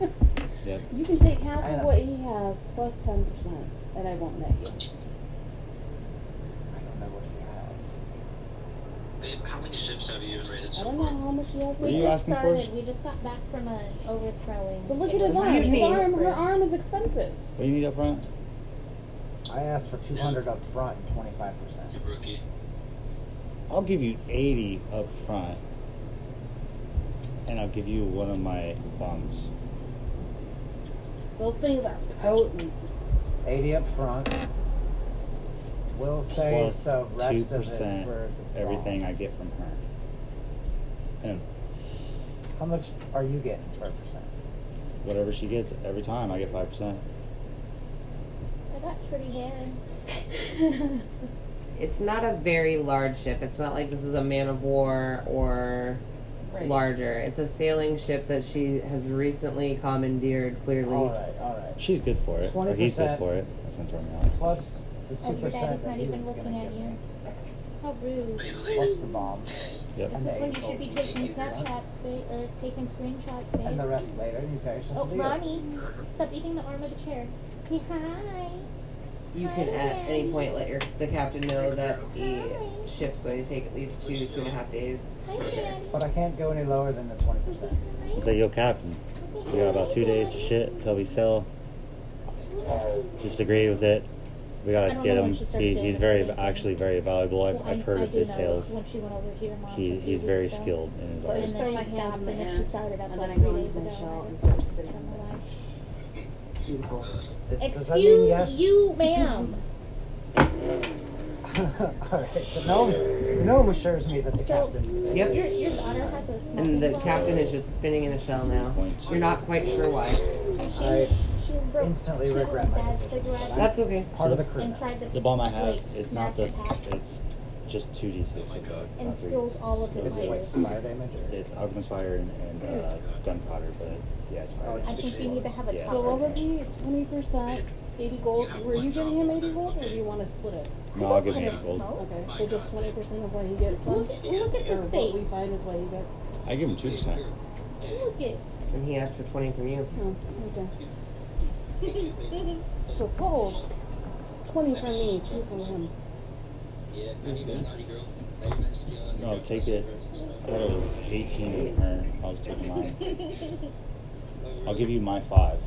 Yep.
You can take half
I
of
know.
what he has plus ten percent, and I won't net you.
I don't know what he
Babe, how many ships have you even raided
I
so
don't know
far?
how much he has
What are
we
you
left.
just
asking for?
started. We just got back from a overthrowing.
But look
It
at his
was
arm. His
mean-
arm, her arm is expensive.
What do you need up front?
has. I asked for two hundred up front and twenty-five percent.
You rookie.
I'll give you 80 up front. And I'll give you one of my bombs.
Those things are potent.
Eighty up front. We'll say
Plus
the rest of it
2%
for the
Everything I get from her. And
bomb. How much are you getting for a percent?
whatever she gets every time, I get 5%.
I got pretty hair.
It's not a very large ship. It's not like this is a man of war or larger. It's a sailing ship that she has recently commandeered, clearly.
All right, all right.
She's good for it. Or he's good
20%.
for it. That's going to turn me off.
Plus the
oh,
two
your dad
percent
is
that
not
he was
even
gonna
looking at
give me.
you. How rude.
Plus the bomb
Yep.
This is when you should be taking
Yeah.
snapshots, babe, or taking screenshots, babe.
and the rest later. You guys should
Oh,
do it.
Ronnie, stop eating the arm of the chair. Say hi.
You can at any point let your the captain know that the ship's going to take at least two, two and a half days.
Hi, Daddy.
But I can't go any lower than the twenty percent.
Hi.
He's like, yo, Captain, we got about two days to shit till we sell. Just agree with it. We
I
gotta
don't
get
know when
him.
she started
He,
doing
he's
this
very,
thing.
actually very valuable. I've,
Well,
I've
I-
heard
I
of
do
his
know
tales.
When she went over here, Mom, a
He,
few
he's
weeks
very
ago.
skilled in his
So I
art.
And
just
then
throw
she
my hands
stopped,
in the
and then
air,
she started up
and then
like
I go
three
into
days
my
ago,
shell and
right?
start
I
spinning.
don't know why.
Beautiful.
Does, does that mean
Excuse
yes?
you, ma'am.
Alright, the gnome, the gnome assures me that the
So-
captain.
Yep.
Your, your daughter has a smoking
And the
problem.
captain is just spinning in a shell now. You're not quite sure why.
So She,
I
she broke
instantly
two
regret
of
my
Dad's
decision.
cigarettes
That's okay.
Part of the crew.
and
now.
tried to
The bomb I have
like,
is not the.
snatch it back
It's just two d six.
Oh and steals all of his
Is it like
lighters.
fire damage or?
It's augment fire and, and uh, gunpowder, but yeah, it's
Oh,
fire.
it's
I think we need to have a
Yeah.
So
talk.
what was he? Twenty percent, eighty gold. Were you giving him eighty gold, or do you want to split it?
No, I'll give
Look at
him
her
gold.
smoke.
Okay, so just twenty percent of what he gets.
Look
left?
at, look at
or
this
what we
face.
find is what he gets.
I give him two percent.
Look at.
And he asked for 20 from you.
Oh, okay. So total, twenty from me, two from him.
Yeah, not even naughty girl. Not even stealing.
No, take it. I thought it was eighteen in her. I was taking mine. I'll give you my five.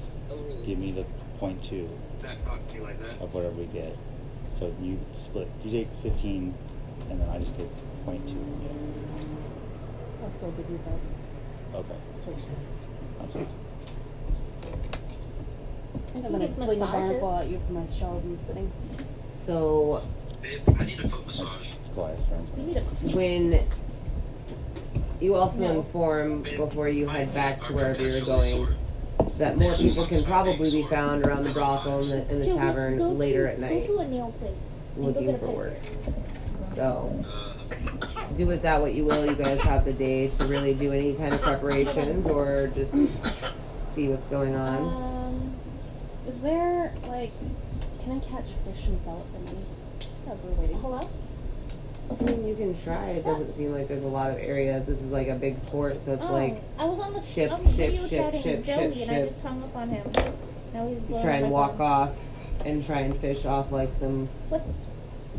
Give me the point two
That fucked you like that.
of whatever we get. So you split. You take fifteen, and then I just take point two. from
I'll still give you that.
you. Okay,
point two.
that's fine.
And then I
give
fling a
massages.
barnacle at you for my shells and spinning.
So
Babe, I need a foot massage.
Goliath friends.
We need a.
when you also
No.
inform before you head back to wherever you're going
Sword.
that more people can probably be found around the brothel and the, and the
Joe, we go
tavern later
to,
at night
Go to a nail place. and go
looking
get a
for
pedicure.
work. So
Uh,
do with that what you will. You guys have the day to really do any kind of preparations or just see what's going on.
Um,
Is there like, can I catch fish and sell it for money? As we're waiting.
hello.
I mean, you can try. It doesn't seem like there's a lot of areas. This is like a big port, so it's
oh,
like
I was on the
ship,
on the
ship,
video
ship,
chatting
ship,
with Joey,
ship,
and I
ship.
just hung up on him. Now he's
you
blowing
try and
my
walk
phone.
off and try and fish off like some
What?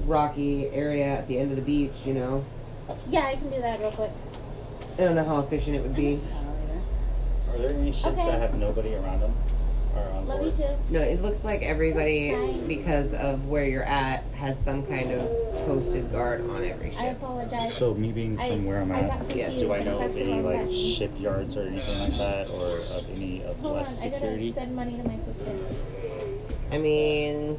rocky area at the end of the beach, you know.
Yeah, I can do that real quick.
I don't know how efficient it would be.
Are there any ships
Okay.
that have nobody around them or on
Love you
board?
too.
No, it looks like everybody,
Okay.
because of where you're at, has some kind of posted guard on every
I
ship.
apologize.
So me being
I-
from where I'm
I
at,
got confused.
do I
and
know
pressed
of
the
any
wrong
like
button.
shipyards or anything like that, or of any of
Hold on,
less
I gotta
security?
send money to my sister.
I mean,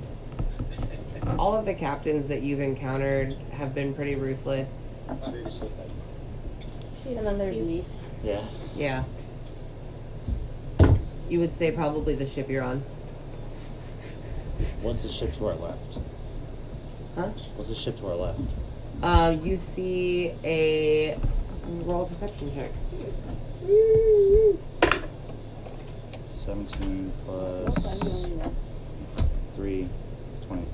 all of the captains that you've encountered have been pretty ruthless.
She's
And then there's
cute.
me.
Yeah.
Yeah. You would say probably the ship you're on.
What's the ship's right left?
Huh?
What's the ship to our left?
Uh, you see a roll a perception check.
17
Nope, I'm
plus
going left.
3, 20.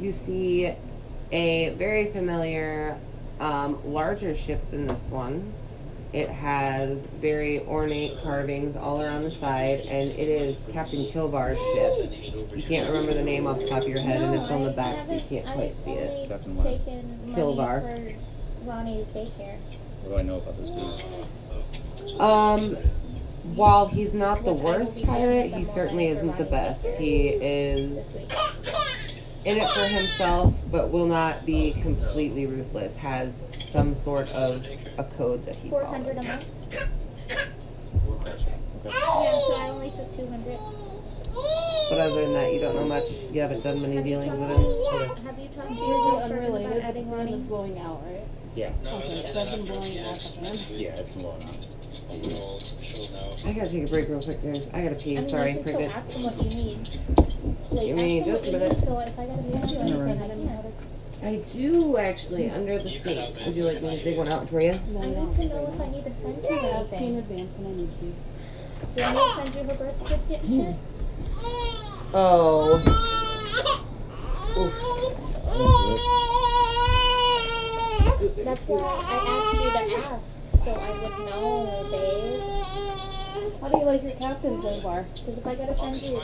You see a very familiar, um, larger ship than this one. It has very ornate carvings all around the side, and it is Captain Kilbar's ship. You can't remember the name off the top of your head, and it's
Oh,
on the back, so you can't quite see it.
I've
Captain
only
Wyatt.
taken
Kilbar.
money for Ronnie's daycare.
What do I know about this dude?
Um, while he's not the worst pirate, he certainly isn't the best. He is in it for himself, but will not be completely ruthless. Has some sort of a code that he
Four hundred a
follows.
month.
Okay.
Yeah, so I only took two hundred.
But other than that, you don't know much. You haven't done many
Have you
dealings
talked
with him.
to Have you talked to
You're
your girlfriend
unrelated.
about
but
adding
we're in the
Ronnie?
blowing out, right?
Yeah.
Okay, so I've been blowing out the hand.
Yeah, it's been blowing out.
I gotta take a break real quick, guys. I gotta pee.
I mean,
Sorry,
you
I'm
can
pregnant.
still ask them what you need. Like,
You
ask
mean
them
just
what
a
you need,
minute?
So if I gotta send you
Yeah,
anything,
right.
I can.
I do actually under the sink. Would you like me to dig one out for you?
No,
I
you
need
don't
to
have
know if
right
I need to send
now.
you
Ask me in
anything.
advance when I need you.
Do I need to send you her birth certificate and shit?
Oh,
That's why I asked you to ask, so I would know, babe.
How do you like your captain so far?
Because if I gotta send you,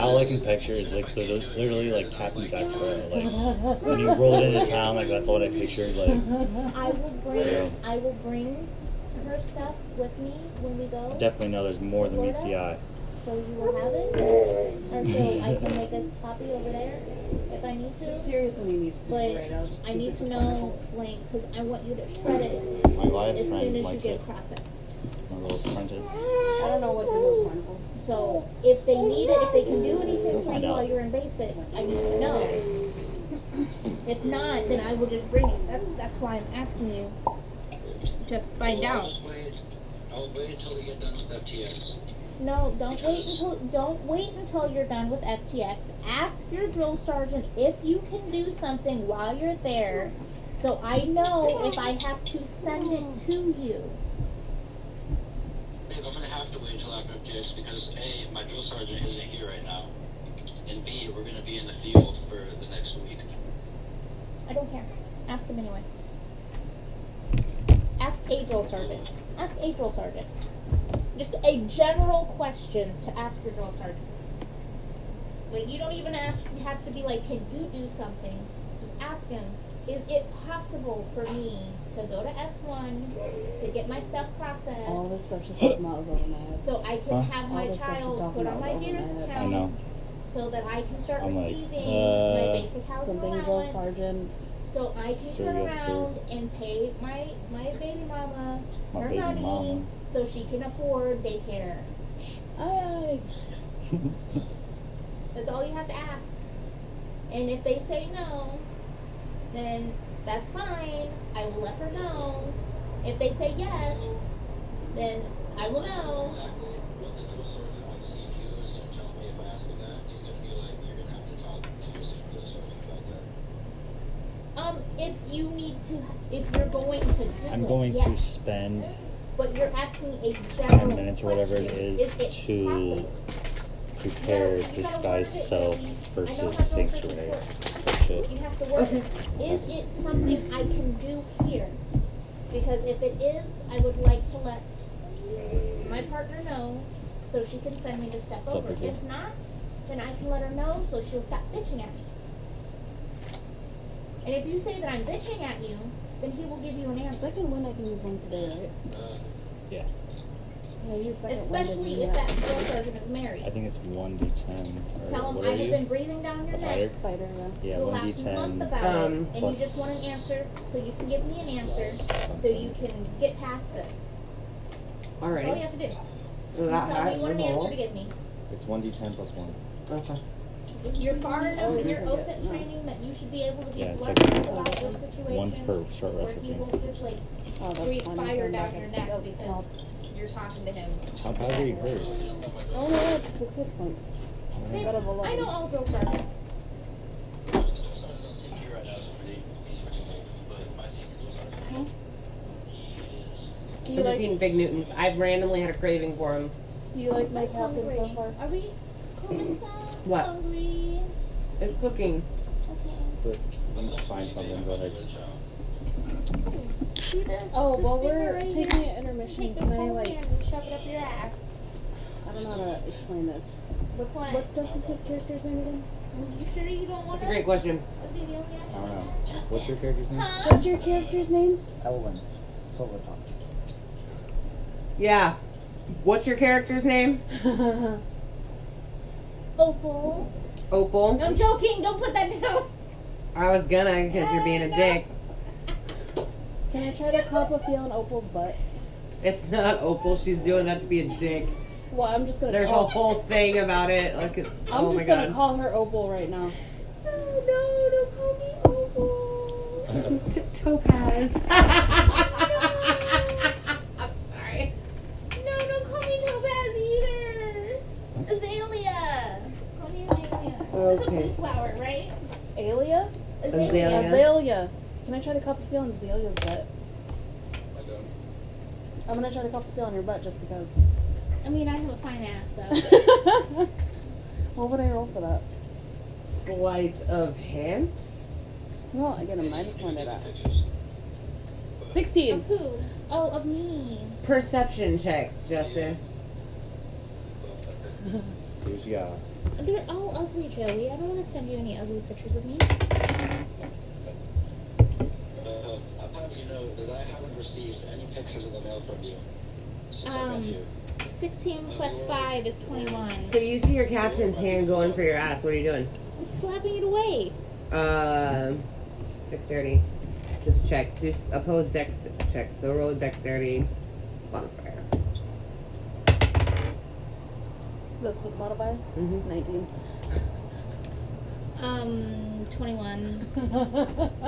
All I can picture is like literally, literally like Captain Jack Sparrow. Like when you rolled into town, like that's all I pictured. Like
I will bring, I will bring her stuff with me when we go,
definitely know there's more than meets the eye.
so you will have it, or so I can make this copy over there if I need to.
Seriously, you need to be right now. Just
But I need to know, like, because I want you to shred it
My live
as soon
friend,
as
my
you
kid,
get processed.
my little apprentice.
I don't know what's in those barnacles.
So if they need it, if they can do anything for
find
you while
out.
you're in basic, I need to know. If not, then I will just bring it. That's that's why I'm asking you to find out.
I'll wait until we get done with FTX.
No, don't wait until don't wait until you're done with FTX. Ask your drill sergeant if you can do something while you're there, so I know if I have to send it to you.
Dave, I'm gonna have to wait until after FTX because A, my drill sergeant isn't here right now. And B, we're gonna be in the field for the next week.
I don't care. Ask him anyway. Ask a drill sergeant. Ask a drill sergeant. Just a general question to ask your drill sergeant. Like you don't even ask. You have to be like, can you do something? Just ask him. Is it possible for me to go to S one to get my stuff processed?
All this stuff just put miles over my head.
so I can
Huh?
have my
All this stuff she's
child
talking
put on
about
my
is over
dearest
my head.
I
account
know.
so that I can start
I'm like,
receiving
uh,
my basic housing
Something drill
allowance.
sergeant.
So I can
Sure,
turn
yes, sir.
around and pay my my baby mama
My
her
baby
money
mama.
so she can afford daycare.
Aye.
That's all you have to ask. And if they say no, then that's fine. I will let her know. If they say yes, then I will know.
Exactly what the drill sergeant on CQ is gonna tell me if I ask him that. He's gonna be like, you're gonna have to talk to your senior drill sergeant about that.
Um, if you need to, if you're going to do
I'm
it,
going to
yes.
spend
But you're asking a general
10 minutes or whatever it
question.
is
it
to
possible?
prepare disguise self versus sanctuary. Shit.
You have to work. Is it something I can do here? Because if it is, I would like to let my partner know so she can send me the step
What's up,
over.
Ricky?
If not, then I can let her know so she'll stop bitching at me. And if you say that I'm bitching at you, then he will give you an answer.
Second one I can use once a day, right?
Yeah,
Yeah, use second one to
Especially
do
if that drill sergeant is married.
I think it's 1d10.
Tell
Or
him
what
I
are
have been
you?
breathing down your
A
neck
fighter?
Fighter, yeah.
Yeah,
for the last month
1d10.
about
Um,
it, and you just want an
plus-
answer, so you can give me an answer, so you can get past this.
all
That's all
right.
you have to do.
Is
Oh, You
that
tell me
hot?
you want an answer to
Roll.
give me.
It's 1d10 plus 1.
Okay.
You're far enough in your
yeah,
OSET
no.
training that you should be able to
Yeah,
get
it's
blood
like
about this situation.
Once per short
Where
rest
he
with me.
won't just like
Oh, that's
breathe
funny,
fire
so I'm
down your
not
neck
gonna-
because you're talking to him.
How bad were you hurt?
Oh no, it's six hit points.
Babe,
But of a
I know
line.
all drill sergeants.
The drill sergeant doesn't seem here right now, so pretty easy for you, but my senior drill sergeant, he is.
Do you
I've just
like?
eaten Big Newtons. I've randomly had a craving for them.
Do you like my captain
Hungry.
so far?
Are we Carissa?
What?
Hungry.
It's cooking.
Okay.
But I'm gonna find something, go ahead.
See this?
Oh
this
well,
finger
we're
right here?
taking an intermission.
Take
Can
this
I
whole
like?
hand and shove it up your ass.
I don't know how to explain this. What's
What?
what's Justice's character's name *laughs* again?
You sure you don't want
It's a
to?
great question.
I don't know. What's your character's name?
Huh?
What's your character's *laughs* name?
Elwin. Silverton.
Yeah. What's your character's name?
Opal.
Opal.
I'm joking. Don't put that down. *laughs*
I was gonna because you're being a dick.
Can I try to cop a feel on Opal's butt?
It's not Opal. She's doing that to be a dick.
Well, I'm just gonna.
There's a
call,
whole thing about it. Like, it's,
I'm
oh my
just gonna
god.
call her Opal right now.
Oh no! Don't call me Opal.
T- Topaz. I'm sorry.
No, don't call me Topaz either. Azalea. Call me Azalea. It's a
Okay.
blue flower, right?
Alia?
Azalea.
Azalea.
Azalea. Can I try to cop a feel on Azalea's butt? I'm gonna try to cop a feel on your butt just *laughs* because.
I mean, I have a fine ass, so.
what would I roll for that?
*laughs* Sleight of hand.
No, I get a minus one to that. 16.
of who? Oh, of me.
Perception check, Justice.
See what you got.
They're all ugly, Joey. I don't want to send you any ugly pictures of me.
Uh, I'm happy to know that I haven't received any pictures in the mail from you since I met
Um,
you.
16 plus 5 is 21.
So you see your captain's hand going for your ass. What are you doing?
I'm slapping it away.
Um, dexterity. Just check. Just opposed dex check. So roll a dexterity modifier.
That's with modifier?
Mhm.
*laughs* 19.
Um, 21.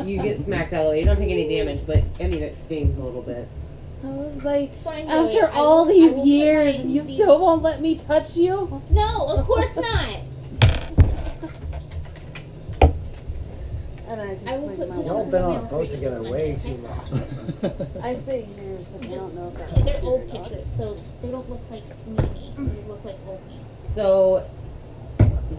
You get smacked out. You don't take any damage, but I mean it stings a little bit.
I was like,
Fine, Joey.
after
I will-
all
I
these
will put
years,
mine
you
these-
still won't let me touch you?
No, of course not.
And I just
I will put
my
pictures
Y'all
in
been
the
on a
mail for
boat
you
together
this
way
Monday,
too
okay?
long.
I say years, but I don't know if that's
They're
true or
old
not.
pictures, so they don't look like me. me. They look like old me.
So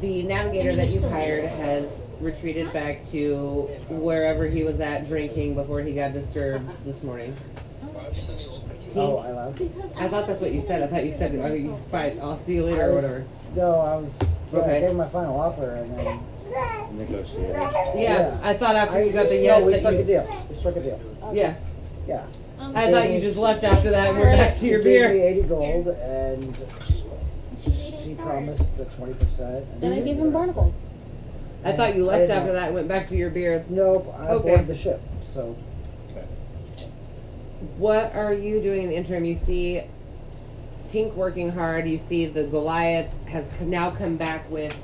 the navigator that you hired has retreated back to wherever he was at drinking before he got disturbed this morning.
Oh, I love
Because
I thought that's what you said. I thought you said, "Are you fine? I'll see you
I
later," or
was-
whatever.
No, I was. Yeah,
Okay.
I gave my final offer and then.
Negotiate.
Yeah,
Yeah.
I thought after
I,
you got the
no, we
yes that
struck a
you,
deal. We struck a deal.
yeah,
Yeah.
Um,
I thought you just left after that and we're back to your
She gave me
beer.
80 gold and
she's dating
she
stars.
promised the 20%. and
Then I gave
then the
him
rest.
barnacles.
I thought you
I
left
didn't
after
know.
that and went back to your beer.
Nope, I
Okay.
boarded the ship. So
What are you doing in the interim? You see Tink working hard. You see the Goliath has c- now come back with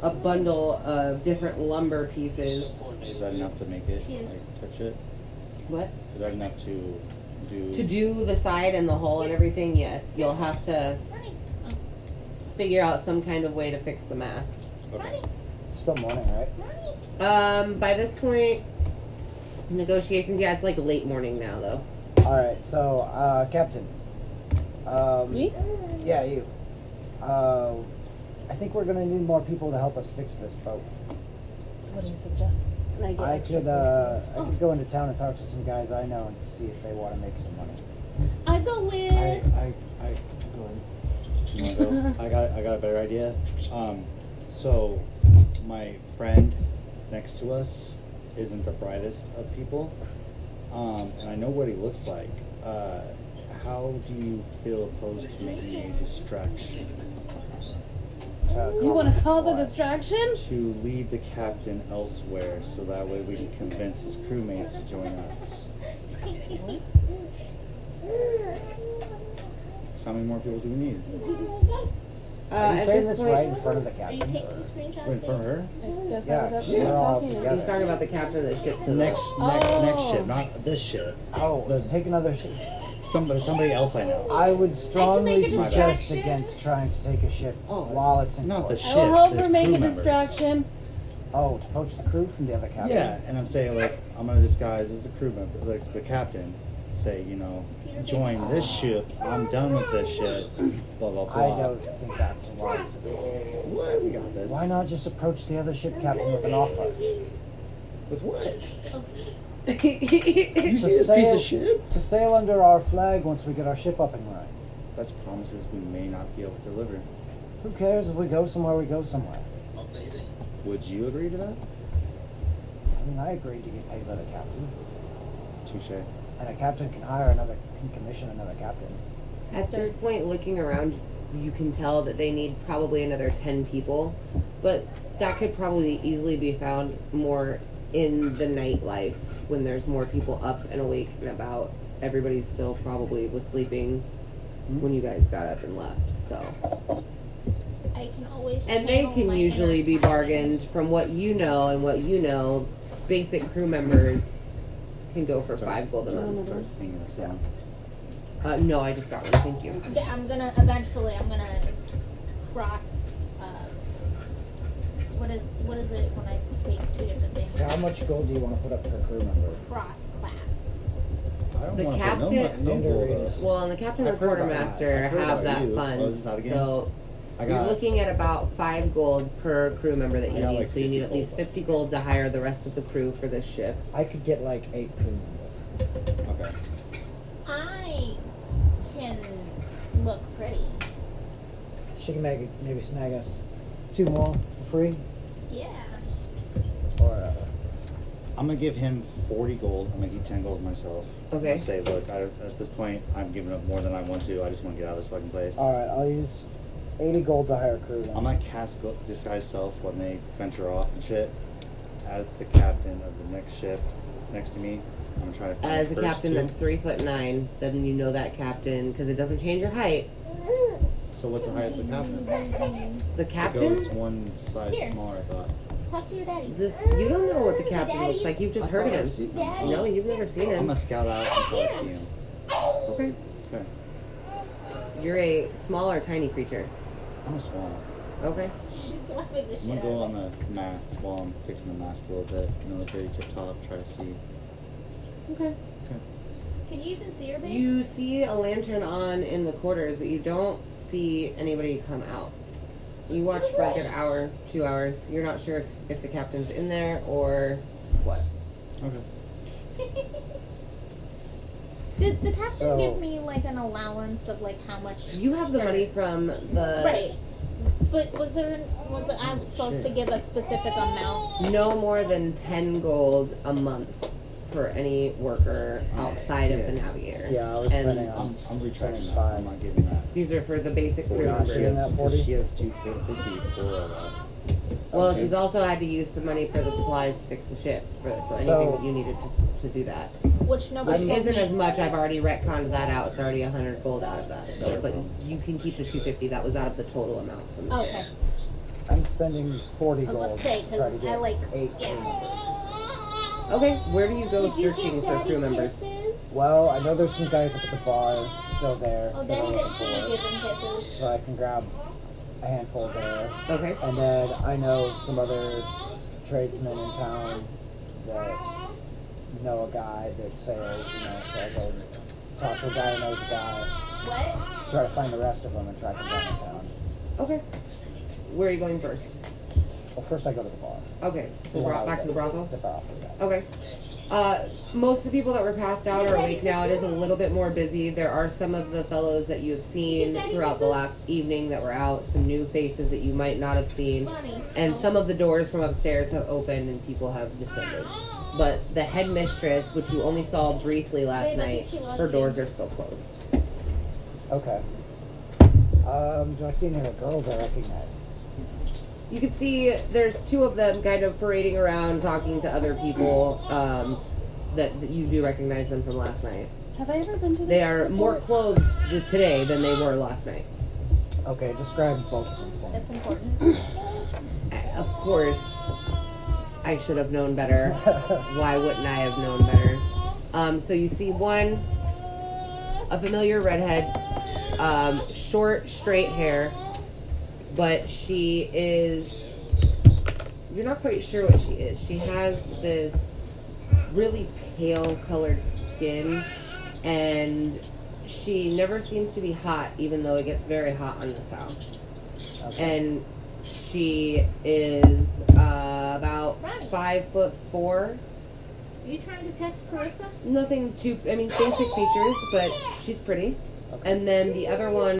a bundle of different lumber pieces.
Is that enough to make it?
Yes.
Like, touch it?
What?
Is that enough to do?
To do the side and the hole and everything, yes. You'll have to
Honey,
figure out some kind of way to fix the mast.
Okay.
honey,
it's still morning, right?
honey.
Um, by this point, negotiations, yeah, it's like late morning now, though.
Alright, so, uh, Captain. Um,
Me?
Yeah, you. Uh, I think we're gonna need more people to help us fix this boat.
So what do you suggest? And I get
I
extra
could,
boost.
uh, I could go into town and talk to some guys I know and see if they want to make some money.
I go with.
I, I, I, go ahead.
You wanna go? I got I got a better idea. Um, so my friend next to us isn't the brightest of people, um, and I know what he looks like. Uh, how do you feel opposed to a distraction?
Uh,
You want to cause a
Why?
distraction?
To lead the captain elsewhere, so that way we can convince his crewmates to join us. So how many more people do we need?
Uh,
Are you
at
saying
this
this
point-
right in front of the
Are you
captain?
taking
or-
Wait,
screenshots?
for her?
That's
Yeah,
what
we're
that's
all
talking
together.
about.
He's talking about the captain of the ship.
Next, next, next ship,
Oh.
not this ship.
Oh, let's take another ship.
Somebody, somebody else I know.
I would strongly
make a
suggest
distraction.
against trying to take a ship
Oh,
while it's in
Not the
port.
ship.
I will help
this
her make
crew
a
members.
distraction.
oh, to poach the crew from the other captain.
Yeah, and I'm saying like I'm gonna disguise as a crew member, like the captain. Say you know, join this ship. I'm done with this ship. Blah blah
I
blah.
don't think that's wise.
What? We got this.
Why not just approach the other ship captain with an offer?
With what?
That's
*laughs*
You
To
see this piece
sail-
of shit?
To sail under our flag once we get our ship up and running.
That's promises we may not be able to deliver.
Who cares if we go somewhere? We go somewhere.
Oh, baby.
Would you agree to that?
I mean, I agreed to get paid by the captain,
Touche.
and a captain can hire another, can commission another captain.
At this point, looking around, you can tell that they need probably another 10 people, but that could probably easily be found more in the nightlife when there's more people up and awake and about. Everybody still probably was sleeping when you guys got up and left, so.
I can always.
And they
channel my
can
inner
usually be
Simon.
bargained from what you know and what you know. Basic crew members can go for
Start-
five golden
start,
ones.
start singing the song.
Uh, no, I just got one. Thank you.
Yeah, I'm gonna eventually. I'm gonna cross. Uh, what is what is it when I take two different things?
So, how much gold do you want to put up per crew member?
Cross class.
I don't
The
want to no,
captain-
mu- no
Standard
gold,
rate
uh,
is-
Well, and the captain and
I've
the
heard about that.
quartermaster
I've heard
have
about
that
you.
fund.
Oh, is this out again?
So
I
you're
got-
looking at about five gold per crew member that
I
you
got
need.
like
so you need
50
at least
gold.
fifty gold to hire the rest of the crew for this ship.
I could get like eight crew members.
Okay.
I can look pretty.
She can make, maybe snag us two more for free,
Yeah.
or uh,
I'm gonna give him 40 gold. I'm gonna keep 10 gold myself. I'm
Okay.
gonna say, look, I, at this point, I'm giving up more than I want to. I just want to get out of this fucking place.
all right, I'll use eighty gold to hire a crew. Then.
I'm gonna cast go- disguise self when they venture off and shit as the captain of the next ship next to me. I'm gonna try to find
As a
the first
captain
two.
that's three foot nine, then you know that captain because it doesn't change your height.
So what's the height of the captain?
The
It
captain.
goes one size
Here.
smaller. I thought.
Talk to your daddy.
This you don't know what the captain looks like. You've just
I
heard
thought
of
I
him.
was seeing him.
Daddy.
No, you've never seen
I'm
him.
gonna scout out until I see him.
Okay.
Okay.
You're a smaller, tiny creature.
I'm a small.
Okay.
She's slapping the
I'm
shit
gonna go
out
on
of me.
the mask while I'm fixing the mask a little bit. Military tip top. Try to see.
Okay.
Can you even see her, babe?
You see a lantern on in the quarters, but you don't see anybody come out. You watch for like an hour, two hours. You're not sure if the captain's in there or what.
Okay.
Did the captain
So-
give me like an allowance of like how much?
You have the money from the
Right. But was there? an- Was it- I'm supposed to give a specific amount?
no more than ten gold a month for any worker outside of the navigator.
Yeah, I was
and
planning on-
I'm, I'm retracting that.
Five.
I'm not giving that.
These are for the basic crew
Yeah,
She
she
members.
is.
has,
that 40?
she has 250 for uh,
Well,
Okay.
she's also had to use some money for the supplies to fix the ship. For, so anything
So-
that you needed to, to do that.
Which number?
Which isn't as much. I've already retconned that out. It's already a hundred gold out of that. So, but you can keep the two fifty. That was out of the total amount. From the
Okay.
I'm spending forty
I was about
gold
to say,
to try to
'cause
get
I like-
eight
yeah.
crew members.
Okay. Where do you go
Oh. Did you
searching
give
for
Daddy
crew members?
Kisses?
Well, I know there's some guys up at the bar still there. that
Oh,
I'm
Daddy didn't
looking
see you
for,
give him kisses.
so I can grab a handful there.
Okay.
And then I know some other tradesmen in town that know a guy that sails, you know, so I go and talk to a guy who knows a guy,
What?
try to find the rest of them and track them down in town.
Okay. Where are you going first?
Well, first I go to the bar.
Okay. The
Then
bro-
I'll
back
go
to the brothel.
The bar. yeah.
Okay. Uh, most of the people that were passed out are awake now. It is a little bit more busy. There are some of the fellows that you have seen throughout the last evening that were out. Some new faces that you might not have seen.
Bonnie.
And
Oh.
some of the doors from upstairs have opened and people have descended. But the headmistress, which you only saw briefly last
Babe, I
night,
think she loves
her
you.
doors are still closed.
Okay. Um, do I see any other girls I recognize?
You can see there's two of them kind of parading around, talking to other people um, that, that you do recognize them from last night.
Have I ever been to this?
They are more
before?
clothed th- today than they were last night.
Okay, describe both of them for me.
That's important.
I- Of course, I should have known better. Why wouldn't I have known better? Um, so you see one a familiar redhead, um, short, straight hair, but she is. You're not quite sure what she is. She has this really pale colored skin, and she never seems to be hot, even though it gets very hot on the south. And she is uh, about
Ronnie.
five foot four.
Are you trying to text Carissa?
Nothing too, I mean, basic features, but she's pretty. And then the other one